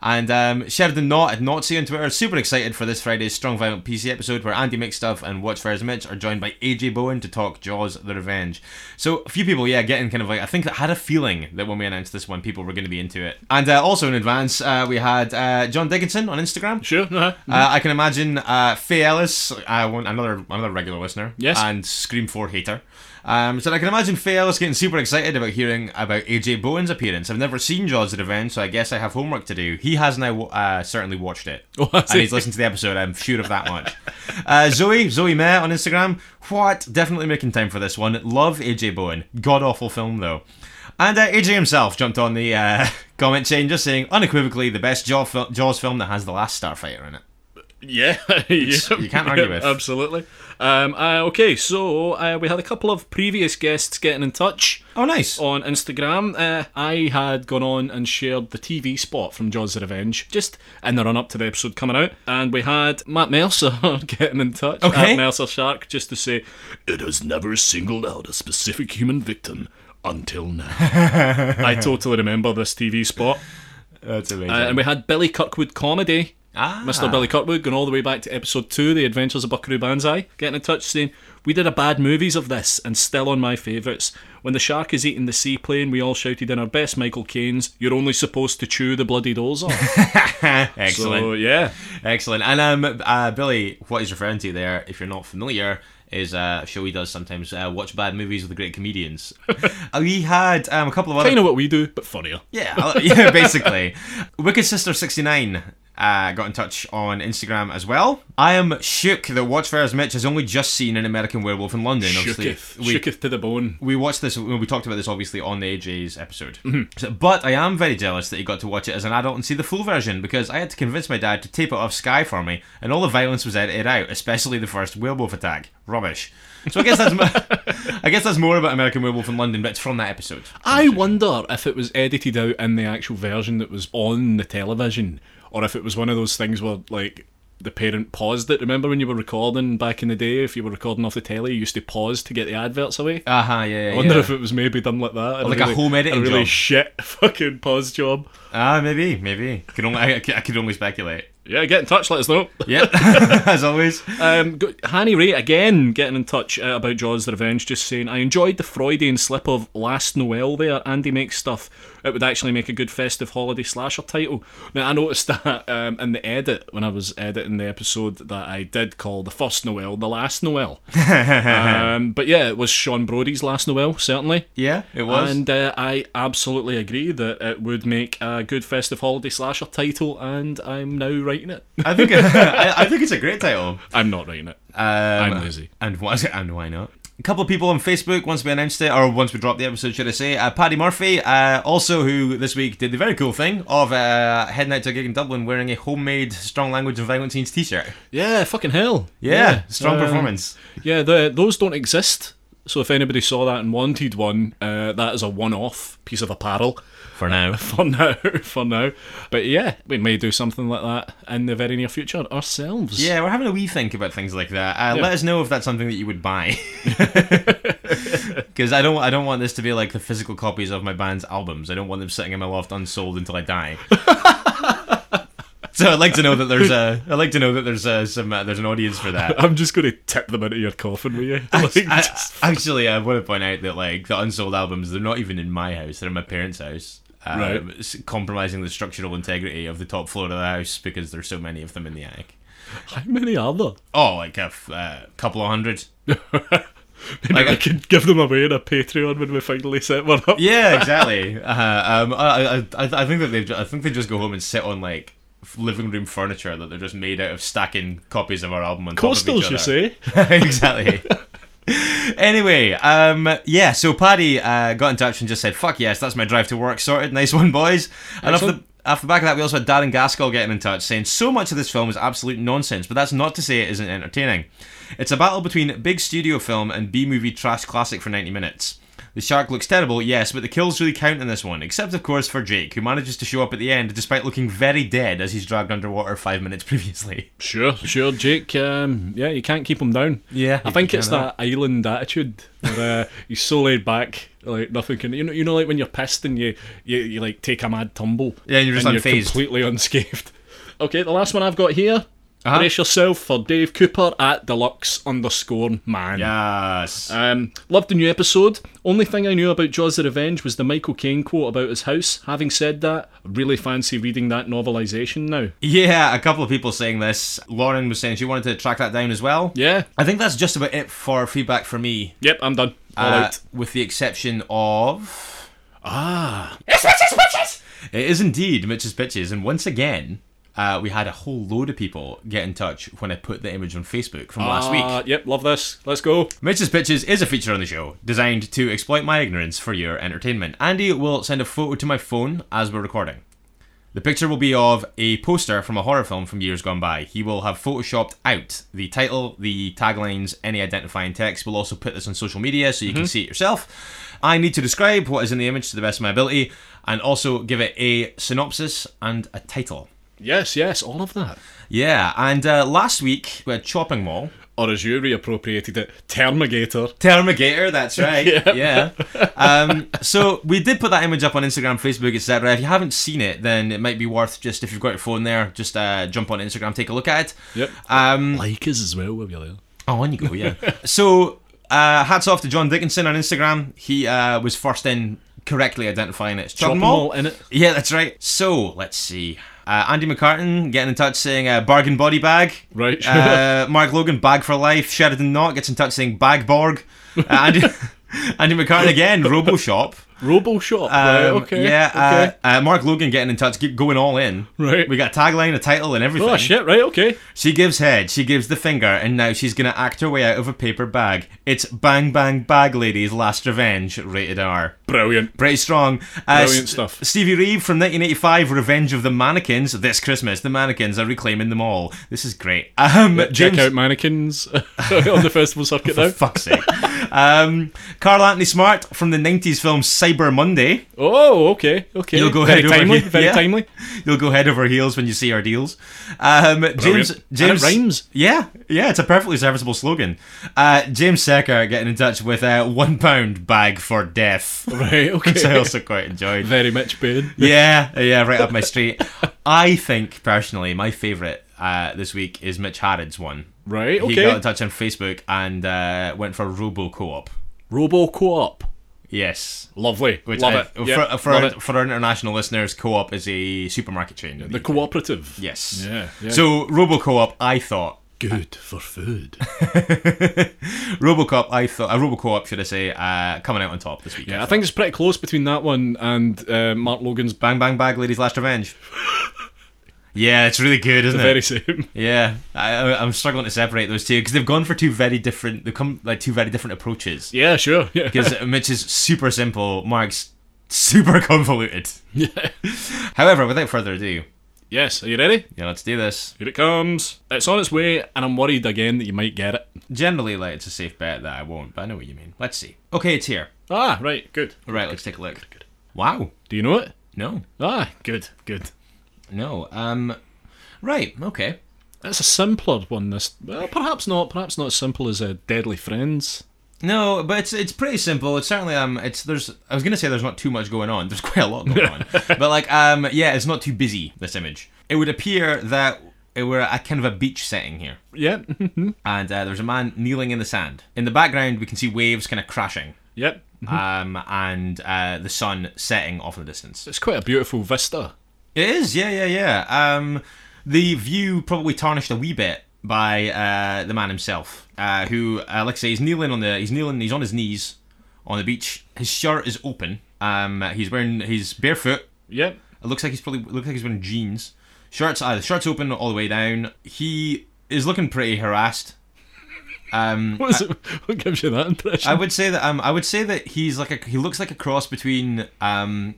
Speaker 1: And um, Sheridan Knott at Nazi on Twitter, super excited for this Friday's Strong Violent PC episode where Andy Mixstuff and Watch Fires Mitch are joined by AJ Bowen to talk Jaws The Revenge. So a few people, yeah, getting kind of like, I think that had a feeling that when we announced this one, people were going to be into it. And uh, also in advance, uh, we had uh, John Dickinson on Instagram.
Speaker 2: Sure, uh-huh.
Speaker 1: Uh, I can imagine uh, Faye Ellis, uh, one, another another regular listener,
Speaker 2: Yes.
Speaker 1: and Scream Four hater. Um, so I can imagine Faye Ellis getting super excited about hearing about AJ Bowen's appearance. I've never seen Jaws at event, so I guess I have homework to do. He has now uh, certainly watched it,
Speaker 2: Oh, I
Speaker 1: and
Speaker 2: see.
Speaker 1: he's listened to the episode. I'm sure of that much. Uh, Zoe Zoe Meh on Instagram. What? Definitely making time for this one. Love AJ Bowen. God awful film though. And uh, AJ himself jumped on the uh, comment chain just saying unequivocally the best Jaw fil- Jaws film that has the last Starfighter in it.
Speaker 2: Yeah, you
Speaker 1: you can't argue with.
Speaker 2: Absolutely. Um, uh, okay, so uh, we had a couple of previous guests getting in touch
Speaker 1: Oh, nice.
Speaker 2: on Instagram. Uh, I had gone on and shared the TV spot from Jaws the Revenge just in the run up to the episode coming out, and we had Matt Mercer getting in touch.
Speaker 1: Okay.
Speaker 2: At Mercer Shark just to say, It has never singled out a specific human victim until now. I totally remember this TV spot.
Speaker 1: That's Oh, amazing.
Speaker 2: Uh, and we had Billy Kirkwood Comedy.
Speaker 1: Ah.
Speaker 2: Mr. Billy Kirkwood going all the way back to episode two, The Adventures of Buckaroo Banzai, getting in touch saying, We did a bad movies of this and still on my favourites. When the shark is eating the seaplane, we all shouted in our best Michael Caine's, You're only supposed to chew the bloody doors off.
Speaker 1: Excellent.
Speaker 2: so, yeah.
Speaker 1: Excellent. And um, uh, Billy, what he's referring to there, if you're not familiar, is uh, a show he does sometimes, uh, Watch Bad Movies with the Great Comedians. Uh, we had um, a couple of other.
Speaker 2: I know what we do, but funnier.
Speaker 1: Yeah, I'll- yeah, basically. Wicked Sister 69 uh, got in touch on Instagram as well. I am shook that Watch Fires Mitch has only just seen an American werewolf in London.
Speaker 2: Shooketh.
Speaker 1: Obviously, we
Speaker 2: Shooketh to the bone.
Speaker 1: we watched this we talked about this obviously on the AJ's episode. So- but I am very jealous that he got to watch it as an adult and see the full version because I had to convince my dad to tape it off Sky for me, and all the violence was edited out, especially the first werewolf attack. Rubbish. So I guess that's mo- I guess that's more about American Werewolf in London, but it's from that episode.
Speaker 2: I wonder if it was edited out in the actual version that was on the television, or if it was one of those things where like the parent paused it. Remember when you were recording back in the day? If you were recording off the telly, you used to pause to get the adverts away.
Speaker 1: Uh huh. Yeah.
Speaker 2: I wonder
Speaker 1: yeah.
Speaker 2: if it was maybe done like that,
Speaker 1: like a home editing
Speaker 2: a really
Speaker 1: job.
Speaker 2: shit fucking pause job.
Speaker 1: Ah, maybe, maybe. Could only I, I could- I could only speculate.
Speaker 2: Yeah, get in touch. Let us know.
Speaker 1: Yep. as always.
Speaker 2: Um, go- Hanny Ray again getting in touch uh, about Jaws the Revenge, just saying, I enjoyed the Freudian slip of Last Noel there. Andy makes stuff. it would actually make a good festive holiday slasher title. Now I noticed that um, in the edit when I was editing the episode that I did call the first Noel the last Noel. um, but yeah, it was Sean Brody's last Noel certainly.
Speaker 1: Yeah, it was.
Speaker 2: And uh, I absolutely agree that it would make a good festive holiday slasher title, and I'm now writing it.
Speaker 1: I think I, I think it's a great title.
Speaker 2: I'm not writing it.
Speaker 1: Um,
Speaker 2: I'm lazy.
Speaker 1: And why, and why not? A couple of people on Facebook, once we announced it, or once we dropped the episode, should I say, uh, Paddy Murphy, uh, also who this week did the very cool thing of uh, heading out to a gig in Dublin wearing a homemade Strong Language and Violent Teens t shirt.
Speaker 2: Yeah, fucking hell.
Speaker 1: Yeah, strong
Speaker 2: um,
Speaker 1: performance.
Speaker 2: Yeah, the, those don't exist. So if anybody saw that and wanted one, uh, that is a one-off piece of apparel
Speaker 1: For now.
Speaker 2: for now. For now, but yeah, we may do something like that in the very near future ourselves.
Speaker 1: Yeah, we're having a wee think about things like that. Uh, Let us know if that's something that you would buy, because I don't, I don't want this to be like the physical copies of my band's albums. I don't want them sitting in my loft unsold until I die. so I'd like to know that there's a, I'd like to know that there's a, some, uh, there's an audience for that.
Speaker 2: I'm just going to tip them into your coffin, will you? Like,
Speaker 1: I, actually, I want to point out that like the unsold albums, they're not even in my house; they're in my parents' house. Uh,
Speaker 2: Right.
Speaker 1: s- Compromising the structural integrity of the top floor of the house because there's so many of them in the attic.
Speaker 2: how many are there?
Speaker 1: Oh, like a f- uh, couple of hundred.
Speaker 2: Maybe
Speaker 1: Like
Speaker 2: I
Speaker 1: a-
Speaker 2: could give them away in a Patreon when we finally set one up.
Speaker 1: Yeah, exactly. uh, um, I, I, I I think that they, ju- I think they just go home and sit on like f- living room furniture that they're just made out of stacking copies of our album on top of each
Speaker 2: Coastals,
Speaker 1: other.
Speaker 2: you say?
Speaker 1: exactly. anyway, um, yeah. So Paddy uh, got in touch and just said, "Fuck yes, that's my drive to work sorted. Nice one, boys." And off the
Speaker 2: Excellent.
Speaker 1: off the back of that, we also had Darren Gaskell getting in touch saying, "So much of this film is absolute nonsense, but that's not to say it isn't entertaining. It's a battle between big studio film and B movie trash classic for 90 minutes." The shark looks terrible, yes, but the kills really count in this one, except of course for Jake, who manages to show up at the end despite looking very dead as he's dragged underwater five minutes previously.
Speaker 2: Sure, sure, Jake. Um, yeah, you can't keep him down.
Speaker 1: Yeah,
Speaker 2: I
Speaker 1: you
Speaker 2: think
Speaker 1: can
Speaker 2: it's
Speaker 1: do
Speaker 2: that island attitude. Where, uh, you're so laid back, like nothing can. You know, you know, like when you're pissed and you, you, you like take a mad tumble.
Speaker 1: Yeah, you're just
Speaker 2: and You're
Speaker 1: unfazed.
Speaker 2: completely unscathed. Okay, the last one I've got here.
Speaker 1: Uh-huh.
Speaker 2: Brace yourself for Dave Cooper at deluxe underscore man.
Speaker 1: Yes.
Speaker 2: Um, loved the new episode. Only thing I knew about Jaws the Revenge was the Michael Caine quote about his house. Having said that, I really fancy reading that novelisation now.
Speaker 1: Yeah, a couple of people saying this. Lauren was saying she wanted to track that down as well.
Speaker 2: Yeah.
Speaker 1: I think that's just about it for feedback for me,
Speaker 2: Yep, I'm done. All
Speaker 1: uh,
Speaker 2: out.
Speaker 1: with the exception of. Ah. It's Mitch's Pitches! It is indeed Mitch's Pitches, and once again, uh, we had a whole load of people get in touch when I put the image on Facebook from last week.
Speaker 2: Uh, yep, love this. Let's go.
Speaker 1: Mitch's Pitches is a feature on the show designed to exploit my ignorance for your entertainment. Andy will send a photo to my phone as we're recording. The picture will be of a poster from a horror film from years gone by. He will have photoshopped out the title, the taglines, any identifying text. We'll also put this on social media so you can see it yourself. I need to describe what is in the image to the best of my ability and also give it a synopsis and a title.
Speaker 2: Yes, yes, all of that.
Speaker 1: Yeah, and uh, last week we had Chopping Mall.
Speaker 2: Or as you reappropriated it, Termigator.
Speaker 1: Termigator, that's right. yeah. Um, so we did put that image up on Instagram, Facebook, etc. If you haven't seen it, then it might be worth just if you've got your phone there, just uh, jump on Instagram, take a look at it.
Speaker 2: Yep.
Speaker 1: Um,
Speaker 2: Like us as well, will you there?
Speaker 1: oh, on you go, yeah. so uh, hats off to John Dickinson on Instagram. He uh, was first in correctly identifying it as
Speaker 2: Drop
Speaker 1: Chopin
Speaker 2: them
Speaker 1: Mall.
Speaker 2: all in it.
Speaker 1: Yeah, that's right. So let's see. Uh, Andy McCartan getting in touch saying uh, bargain body bag.
Speaker 2: Right.
Speaker 1: Uh, Mark Logan bag for life. Sheridan Knott gets in touch saying bag borg. Uh, Andy, Andy McCartan again. RoboShop.
Speaker 2: Roboshop.
Speaker 1: Um,
Speaker 2: right, okay.
Speaker 1: Yeah.
Speaker 2: Okay.
Speaker 1: Uh, uh, Mark Logan getting in touch, keep going all in.
Speaker 2: Right.
Speaker 1: We got a tagline, a title, and everything.
Speaker 2: oh, shit, right, okay.
Speaker 1: She gives head. She gives the finger, and now she's gonna act her way out of a paper bag. It's bang bang bag lady's last revenge. Rated R.
Speaker 2: Brilliant.
Speaker 1: Pretty strong. Uh,
Speaker 2: Brilliant
Speaker 1: S-
Speaker 2: stuff.
Speaker 1: Stevie Reeve from 1985, Revenge of the Mannequins. This Christmas, the mannequins are reclaiming them all. This is great. Um, James,
Speaker 2: Check out mannequins on the festival circuit
Speaker 1: for
Speaker 2: now.
Speaker 1: fuck's sake. um, Carl Anthony Smart from the 90s film Cyber Monday.
Speaker 2: Oh, okay, okay.
Speaker 1: You'll go
Speaker 2: very
Speaker 1: head over
Speaker 2: timely,
Speaker 1: here,
Speaker 2: very
Speaker 1: yeah.
Speaker 2: timely.
Speaker 1: You'll go head over heels when you see our deals. Um, James,
Speaker 2: And it
Speaker 1: James
Speaker 2: rhymes.
Speaker 1: Yeah, yeah, it's a perfectly serviceable slogan. Uh, James Secker getting in touch with a one pound bag for death,
Speaker 2: Right,
Speaker 1: which I
Speaker 2: okay.
Speaker 1: also quite enjoyed.
Speaker 2: very much pain.
Speaker 1: yeah, yeah, right up my street. I think personally, my favourite uh, this week is Mitch Harrod's one.
Speaker 2: Right,
Speaker 1: He got in
Speaker 2: okay.
Speaker 1: touch on Facebook and uh, went for Robo Co-op.
Speaker 2: Robo co-op.
Speaker 1: Yes.
Speaker 2: Lovely.
Speaker 1: Which
Speaker 2: Love
Speaker 1: I-
Speaker 2: it.
Speaker 1: For,
Speaker 2: Yeah,
Speaker 1: for,
Speaker 2: love
Speaker 1: our,
Speaker 2: it.
Speaker 1: for our international listeners, co-op is a supermarket chain. in
Speaker 2: The
Speaker 1: the-
Speaker 2: cooperative.
Speaker 1: yes.
Speaker 2: Yeah, yeah.
Speaker 1: So Robo Co-op, I thought
Speaker 2: Good for food.
Speaker 1: RoboCop, I thought a uh, RoboCop, should I say, uh, coming out on top this week.
Speaker 2: Yeah, I think it's pretty close between that one and uh, Mark Logan's
Speaker 1: Bang Bang Bag, Ladies Last Revenge. yeah, it's really good, isn't it?
Speaker 2: very same.
Speaker 1: Yeah, I, I- I'm struggling to separate those two because they've gone for two very different. They come like two very different approaches.
Speaker 2: Yeah, sure. Yeah.
Speaker 1: Because Mitch is super simple, Mark's super convoluted.
Speaker 2: yeah.
Speaker 1: However, without further ado,
Speaker 2: Yes, are you ready?
Speaker 1: yeah, let's do this.
Speaker 2: Here it comes. It's on its way, and I'm worried again that you might get it.
Speaker 1: Generally, like it's a safe bet that I won't, but I know what you mean. Let's see. Okay, it's here.
Speaker 2: Ah, right, good.
Speaker 1: All right, let's take a look. Wow.
Speaker 2: Do you know it?
Speaker 1: No.
Speaker 2: Ah, good, good.
Speaker 1: No. Um. Right. Okay.
Speaker 2: It's a simpler one. This, well, perhaps not. Perhaps not as simple as uh, Deadly Friends.
Speaker 1: No, but it's it's pretty simple. It's certainly um, it's there's I was gonna say there's not too much going on. There's quite a lot going on, but like um, yeah, it's not too busy. This image. It would appear that it were a kind of a beach setting here,
Speaker 2: Yeah.
Speaker 1: and uh, there's a man kneeling in the sand. In the background, we can see waves kind of crashing,
Speaker 2: yep. Mm-hmm.
Speaker 1: um, and uh, the sun setting off in the distance.
Speaker 2: It's quite a beautiful vista.
Speaker 1: It is, yeah, yeah, yeah. Um, the view probably tarnished a wee bit by uh, the man himself, uh, who, uh, like I say, he's kneeling on the, he's kneeling, he's on his knees on the beach. His shirt is open. Um, he's wearing, he's barefoot.
Speaker 2: Yep.
Speaker 1: It looks like he's probably looks like he's wearing jeans. Shirts, uh, the shirt's open all the way down. He is looking pretty harassed. Um,
Speaker 2: What is it? What gives you that impression?
Speaker 1: I would say that um, I would say that he's like a, he looks like a cross between um,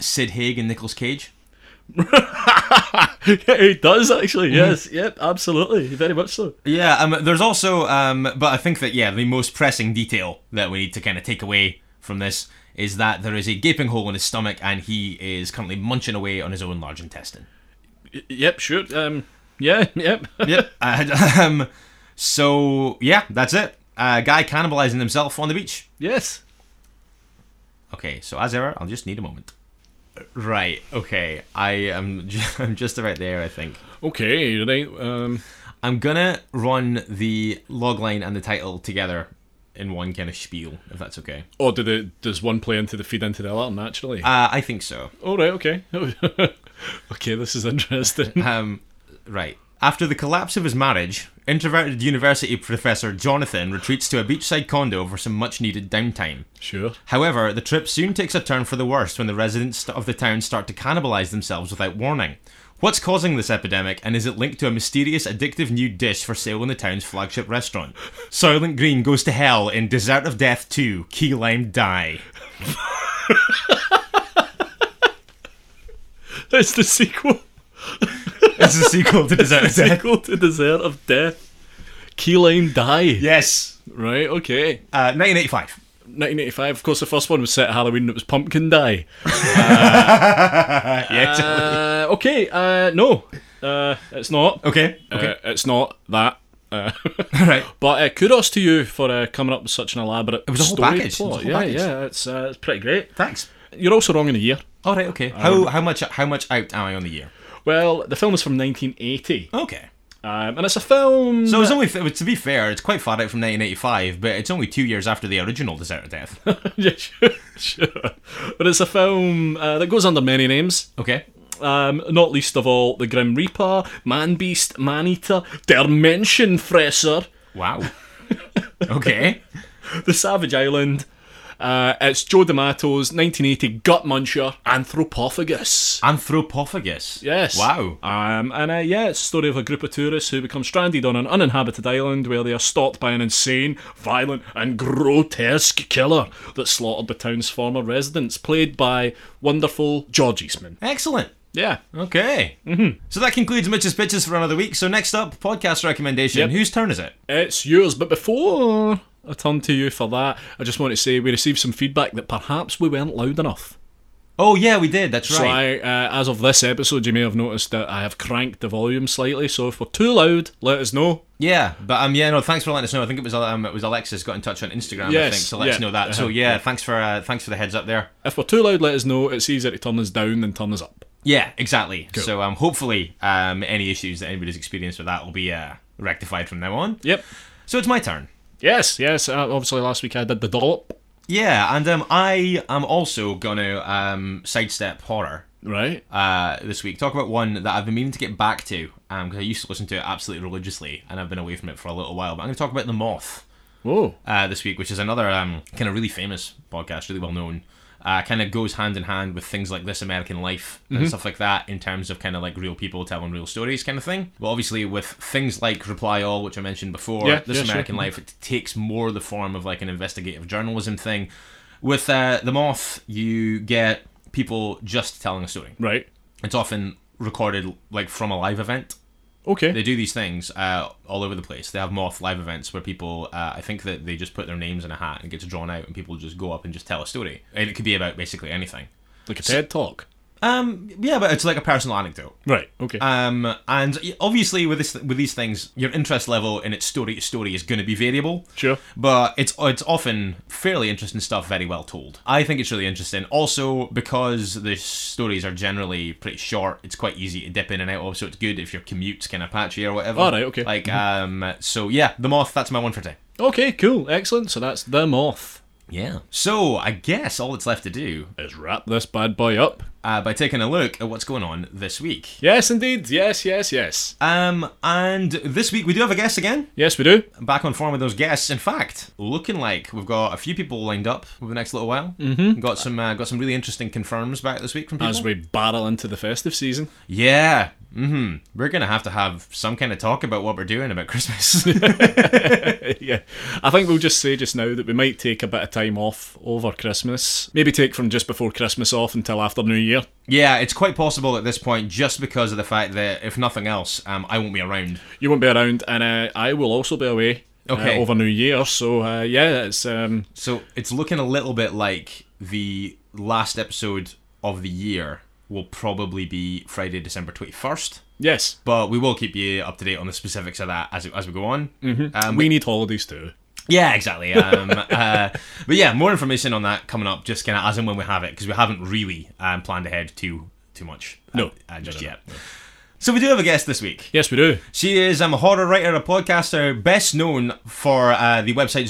Speaker 1: Sid Haig and Nicolas Cage.
Speaker 2: yeah, he does actually. Yes. Yep. Absolutely. Very much so.
Speaker 1: Yeah, um, there's also, um, but I think that yeah, the most pressing detail that we need to kind of take away from this is that there is a gaping hole in his stomach, and he is currently munching away on his own large intestine.
Speaker 2: Y- yep. Sure. Um. Yeah. Yep.
Speaker 1: yep. Uh, um, so yeah, that's it. Uh, guy cannibalizing himself on the beach.
Speaker 2: yes.
Speaker 1: Okay, so as ever, I'll just need a moment. Right. Okay. I am. Ju- I'm just about there. I think.
Speaker 2: Okay. Right. Um.
Speaker 1: I'm gonna run the logline and the title together in one kind of spiel, if that's okay.
Speaker 2: Or do the oh, does one play into the feed into the other naturally?
Speaker 1: Uh, I think so.
Speaker 2: All right. Okay. okay. This is interesting.
Speaker 1: Um, right. After the collapse of his marriage, introverted university professor Jonathan retreats to a beachside condo for some much needed downtime.
Speaker 2: Sure.
Speaker 1: However, the trip soon takes a turn for the worse when the residents of the town start to cannibalize themselves without warning. What's causing this epidemic, and is it linked to a mysterious addictive new dish for sale in the town's flagship restaurant? Soylent Green goes to hell in Desert of Death 2 Key Lime Die.
Speaker 2: It's the sequel.
Speaker 1: It's a sequel to Desert of Death.
Speaker 2: sequel to Dessert of Death. Key Lime Die.
Speaker 1: Yes,
Speaker 2: Right. Okay.
Speaker 1: uh, 1985.
Speaker 2: 1985. Of course, the first one was set at Halloween. and It was Pumpkin Die.
Speaker 1: Yes.
Speaker 2: Uh, okay. Uh, no. Uh, it's not.
Speaker 1: okay, okay,
Speaker 2: Uh, it's not that. Uh,
Speaker 1: right.
Speaker 2: but uh, kudos to you for uh, coming up with such an elaborate. It
Speaker 1: was a whole
Speaker 2: story
Speaker 1: package. It
Speaker 2: Plot.
Speaker 1: was a whole
Speaker 2: yeah,
Speaker 1: package.
Speaker 2: yeah. It's uh, it's pretty great.
Speaker 1: Thanks.
Speaker 2: You're also wrong in the year.
Speaker 1: All right. Okay. Um, How how much how much out am I on the year?
Speaker 2: Well, the film is from 1980,
Speaker 1: Okay.
Speaker 2: um, and it's a film.
Speaker 1: So it's only to be fair, it's quite far out from 1985, but it's only two years after the original Desert of Death.
Speaker 2: yeah, sure, sure. But it's a film uh, that goes under many names.
Speaker 1: Okay.
Speaker 2: Um, not least of all, the Grim Reaper, Man Beast, Man Eater, Dimension Fresser,
Speaker 1: Wow. Okay.
Speaker 2: The Savage Island. Uh, it's Joe D'Amato's 1980 Gut Muncher, Anthropophagus.
Speaker 1: Anthropophagus.
Speaker 2: Yes.
Speaker 1: Wow.
Speaker 2: Um, and uh, yeah, it's the story of a group of tourists who become stranded on an uninhabited island where they are stalked by an insane, violent, and grotesque killer that slaughtered the town's former residents, played by wonderful George Eastman.
Speaker 1: Excellent.
Speaker 2: Yeah.
Speaker 1: Okay. Mm-hmm. So that concludes Mitch's pitches for another week. So next up, podcast recommendation.
Speaker 2: Yep.
Speaker 1: Whose turn is it?
Speaker 2: It's yours. But before I turn to you for that, I just want to say we received some feedback that perhaps we weren't loud enough.
Speaker 1: Oh yeah, we did. That's
Speaker 2: So
Speaker 1: right.
Speaker 2: I, uh, as of this episode, you may have noticed that I have cranked the volume slightly. So if we're too loud, let us know.
Speaker 1: Yeah, but um, yeah, no, thanks for letting us know. I think it was um, it was Alexis got in touch on Instagram. I
Speaker 2: Yes,
Speaker 1: think so. Let us
Speaker 2: yeah.
Speaker 1: know that. So
Speaker 2: Uh-huh.
Speaker 1: yeah, thanks for uh, thanks for the heads up there.
Speaker 2: If we're too loud, let us know. It's easier to turn us down than turn us up.
Speaker 1: Yeah, exactly. So um, hopefully, um, any issues that anybody's experienced with that will be uh, rectified from now on.
Speaker 2: Yep.
Speaker 1: So it's my turn.
Speaker 2: Yes, yes. Uh, obviously, last week I did the dollop.
Speaker 1: Yeah, and um, I am also gonna um, sidestep horror
Speaker 2: Right?
Speaker 1: uh, this week. Talk about one that I've been meaning to get back to because I used to listen to it absolutely religiously, and I've been away from it for a little while. But I'm gonna talk about the Moth
Speaker 2: Whoa.
Speaker 1: uh, this week, which is another um, kind of really famous podcast, really well known. Uh, kind of goes hand in hand with things like This American Life
Speaker 2: Mm-hmm.
Speaker 1: and stuff like that in terms of kind of like real people telling real stories kind of thing. But obviously, with things like Reply All, which I mentioned before,
Speaker 2: Yeah,
Speaker 1: This
Speaker 2: yeah, sure.
Speaker 1: American Life, it takes more the form of like an investigative journalism thing. With uh, The Moth, you get people just telling a story.
Speaker 2: Right.
Speaker 1: It's often recorded like from a live event
Speaker 2: Okay.
Speaker 1: they do these things uh, all over the place. They have moth live events where people, uh, I think that they just put their names in a hat and it gets drawn out, and people just go up and just tell a story, and it could be about basically anything.
Speaker 2: like a TED talk.
Speaker 1: Um, yeah, but it's like a personal anecdote.
Speaker 2: Right. Okay.
Speaker 1: Um, and y- obviously with this with these things, your interest level in its story to story is going to be variable.
Speaker 2: Sure.
Speaker 1: But it's it's often fairly interesting stuff, very well told. I think it's really interesting. Also, because the stories are generally pretty short, it's quite easy to dip in and out. Also, it's good if your commute's kind of patchy or whatever.
Speaker 2: All right, okay. Mm-hmm.
Speaker 1: Like, um, so yeah, the moth. That's my one for today.
Speaker 2: Okay. Cool. Excellent. So that's the moth.
Speaker 1: Yeah. So I guess all that's left to do
Speaker 2: Let's wrap this bad boy up.
Speaker 1: uh, by taking a look at what's going on this week.
Speaker 2: Yes, indeed. Yes, yes, yes.
Speaker 1: Um, and this week we do have a guest again.
Speaker 2: Yes, we do.
Speaker 1: back on form with those guests. In fact, looking like we've got a few people lined up over the next little while. Mm-hmm. Got some uh, got some really interesting confirms back this week from people.
Speaker 2: As we battle into the festive season.
Speaker 1: yeah, hmm we're gonna have to have some kind of talk about what we're doing about Christmas.
Speaker 2: yeah. I think we'll just say just now that we might take a bit of time off over Christmas. Maybe take from just before Christmas off until after New Year.
Speaker 1: yeah, it's quite possible at this point, just because of the fact that if nothing else, um, I won't be around.
Speaker 2: You won't be around, and uh, I will also be away. uh,
Speaker 1: Okay.
Speaker 2: over New Year, so uh, yeah, it's um,
Speaker 1: So it's looking a little bit like the last episode of the year will probably be Friday, December twenty first.
Speaker 2: yes,
Speaker 1: But we will keep you up to date on the specifics of that as, as we go on. Mm-hmm. Um,
Speaker 2: we need holidays too.
Speaker 1: Yeah, exactly. Um, uh, but yeah, more information on that coming up, just kind of as and when we have it, because we haven't really um, planned ahead too too much. uh,
Speaker 2: No.
Speaker 1: uh, just yet. So we do have a guest this week.
Speaker 2: Yes, we do.
Speaker 1: She is um, a horror writer, a podcaster, best known for uh, the website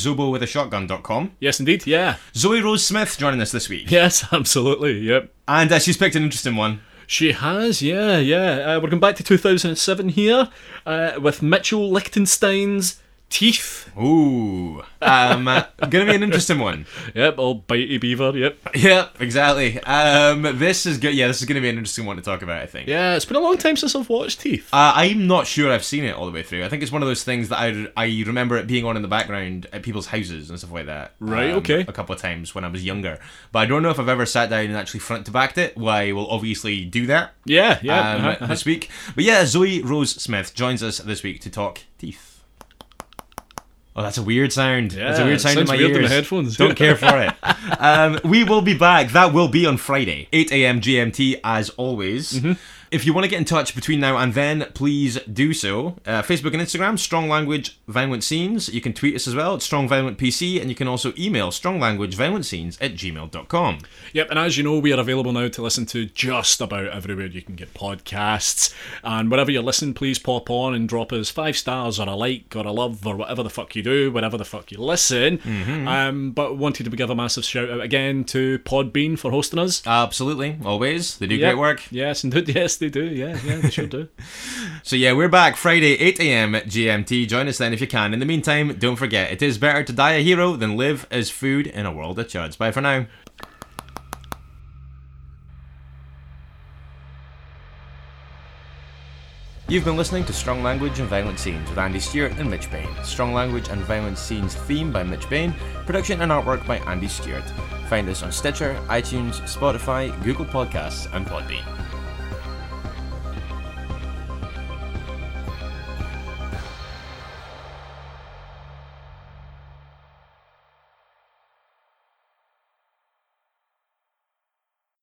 Speaker 1: zobowithashotgun.com.
Speaker 2: Yes, indeed. Yeah.
Speaker 1: Zoe Rose Smith joining us this week,
Speaker 2: Yes, absolutely. Yep.
Speaker 1: and uh, she's picked an interesting one.
Speaker 2: She has, yeah, yeah. Uh, we're going back to 2007 here uh, with Mitchell Lichtenstein's Teeth.
Speaker 1: Ooh, um, gonna be an interesting one.
Speaker 2: Yep, all bitey beaver, yep.
Speaker 1: Yeah, exactly. Um, this is good. Yeah, this is gonna be an interesting one to talk about. I think.
Speaker 2: Yeah, it's been a long time since I've watched Teeth.
Speaker 1: Uh, I'm not sure I've seen it all the way through. I think it's one of those things that I, I remember it being on in the background at people's houses and stuff like that. um,
Speaker 2: Right, okay.
Speaker 1: A couple of times when I was younger. But I don't know if I've ever sat down and actually front to backed it. Well, I will obviously do that
Speaker 2: Yeah,
Speaker 1: um,
Speaker 2: yeah. uh-huh, uh-huh.
Speaker 1: this week. But yeah, Zoe Rose Smith joins us this week to talk teeth. Oh, that's a weird sound. that's a
Speaker 2: Yeah,
Speaker 1: weird
Speaker 2: it
Speaker 1: sound
Speaker 2: sounds
Speaker 1: in my
Speaker 2: weird in
Speaker 1: ears.
Speaker 2: the headphones.
Speaker 1: Don't care for it. Um, we will be back. That will be on Friday, 8 a.m. GMT, as always.
Speaker 2: Mm-hmm.
Speaker 1: If you want to get in touch between now and then, please do so. Uh, Facebook and Instagram, Strong Language Violent Scenes. You can tweet us as well at Strong Violent PC, and you can also email Strong Language Violent Scenes at gmail.com.
Speaker 2: Yep, and as you know, we are available now to listen to just about everywhere you can get podcasts. And wherever you listen, please pop on and drop us five stars or a like or a love or whatever the fuck you do, wherever the fuck you listen.
Speaker 1: Mm-hmm.
Speaker 2: Um, but wanted to give a massive shout out again to Podbean for hosting us.
Speaker 1: Absolutely, always. They do
Speaker 2: Yep.
Speaker 1: great work.
Speaker 2: Yes, indeed. Yes, they do. Yeah, yeah, they sure do.
Speaker 1: So yeah, we're back Friday, 8 a.m. GMT. Join us then if you can. In the meantime, don't forget, it is better to die a hero than live as food in a world of chuds. Bye for now. You've been listening to Strong Language and Violent Scenes with Andy Stewart and Mitch Bain. Strong Language and Violent Scenes theme by Mitch Bain, production and artwork by Andy Stewart. Find us on Stitcher, iTunes, Spotify, Google Podcasts, and Podbean.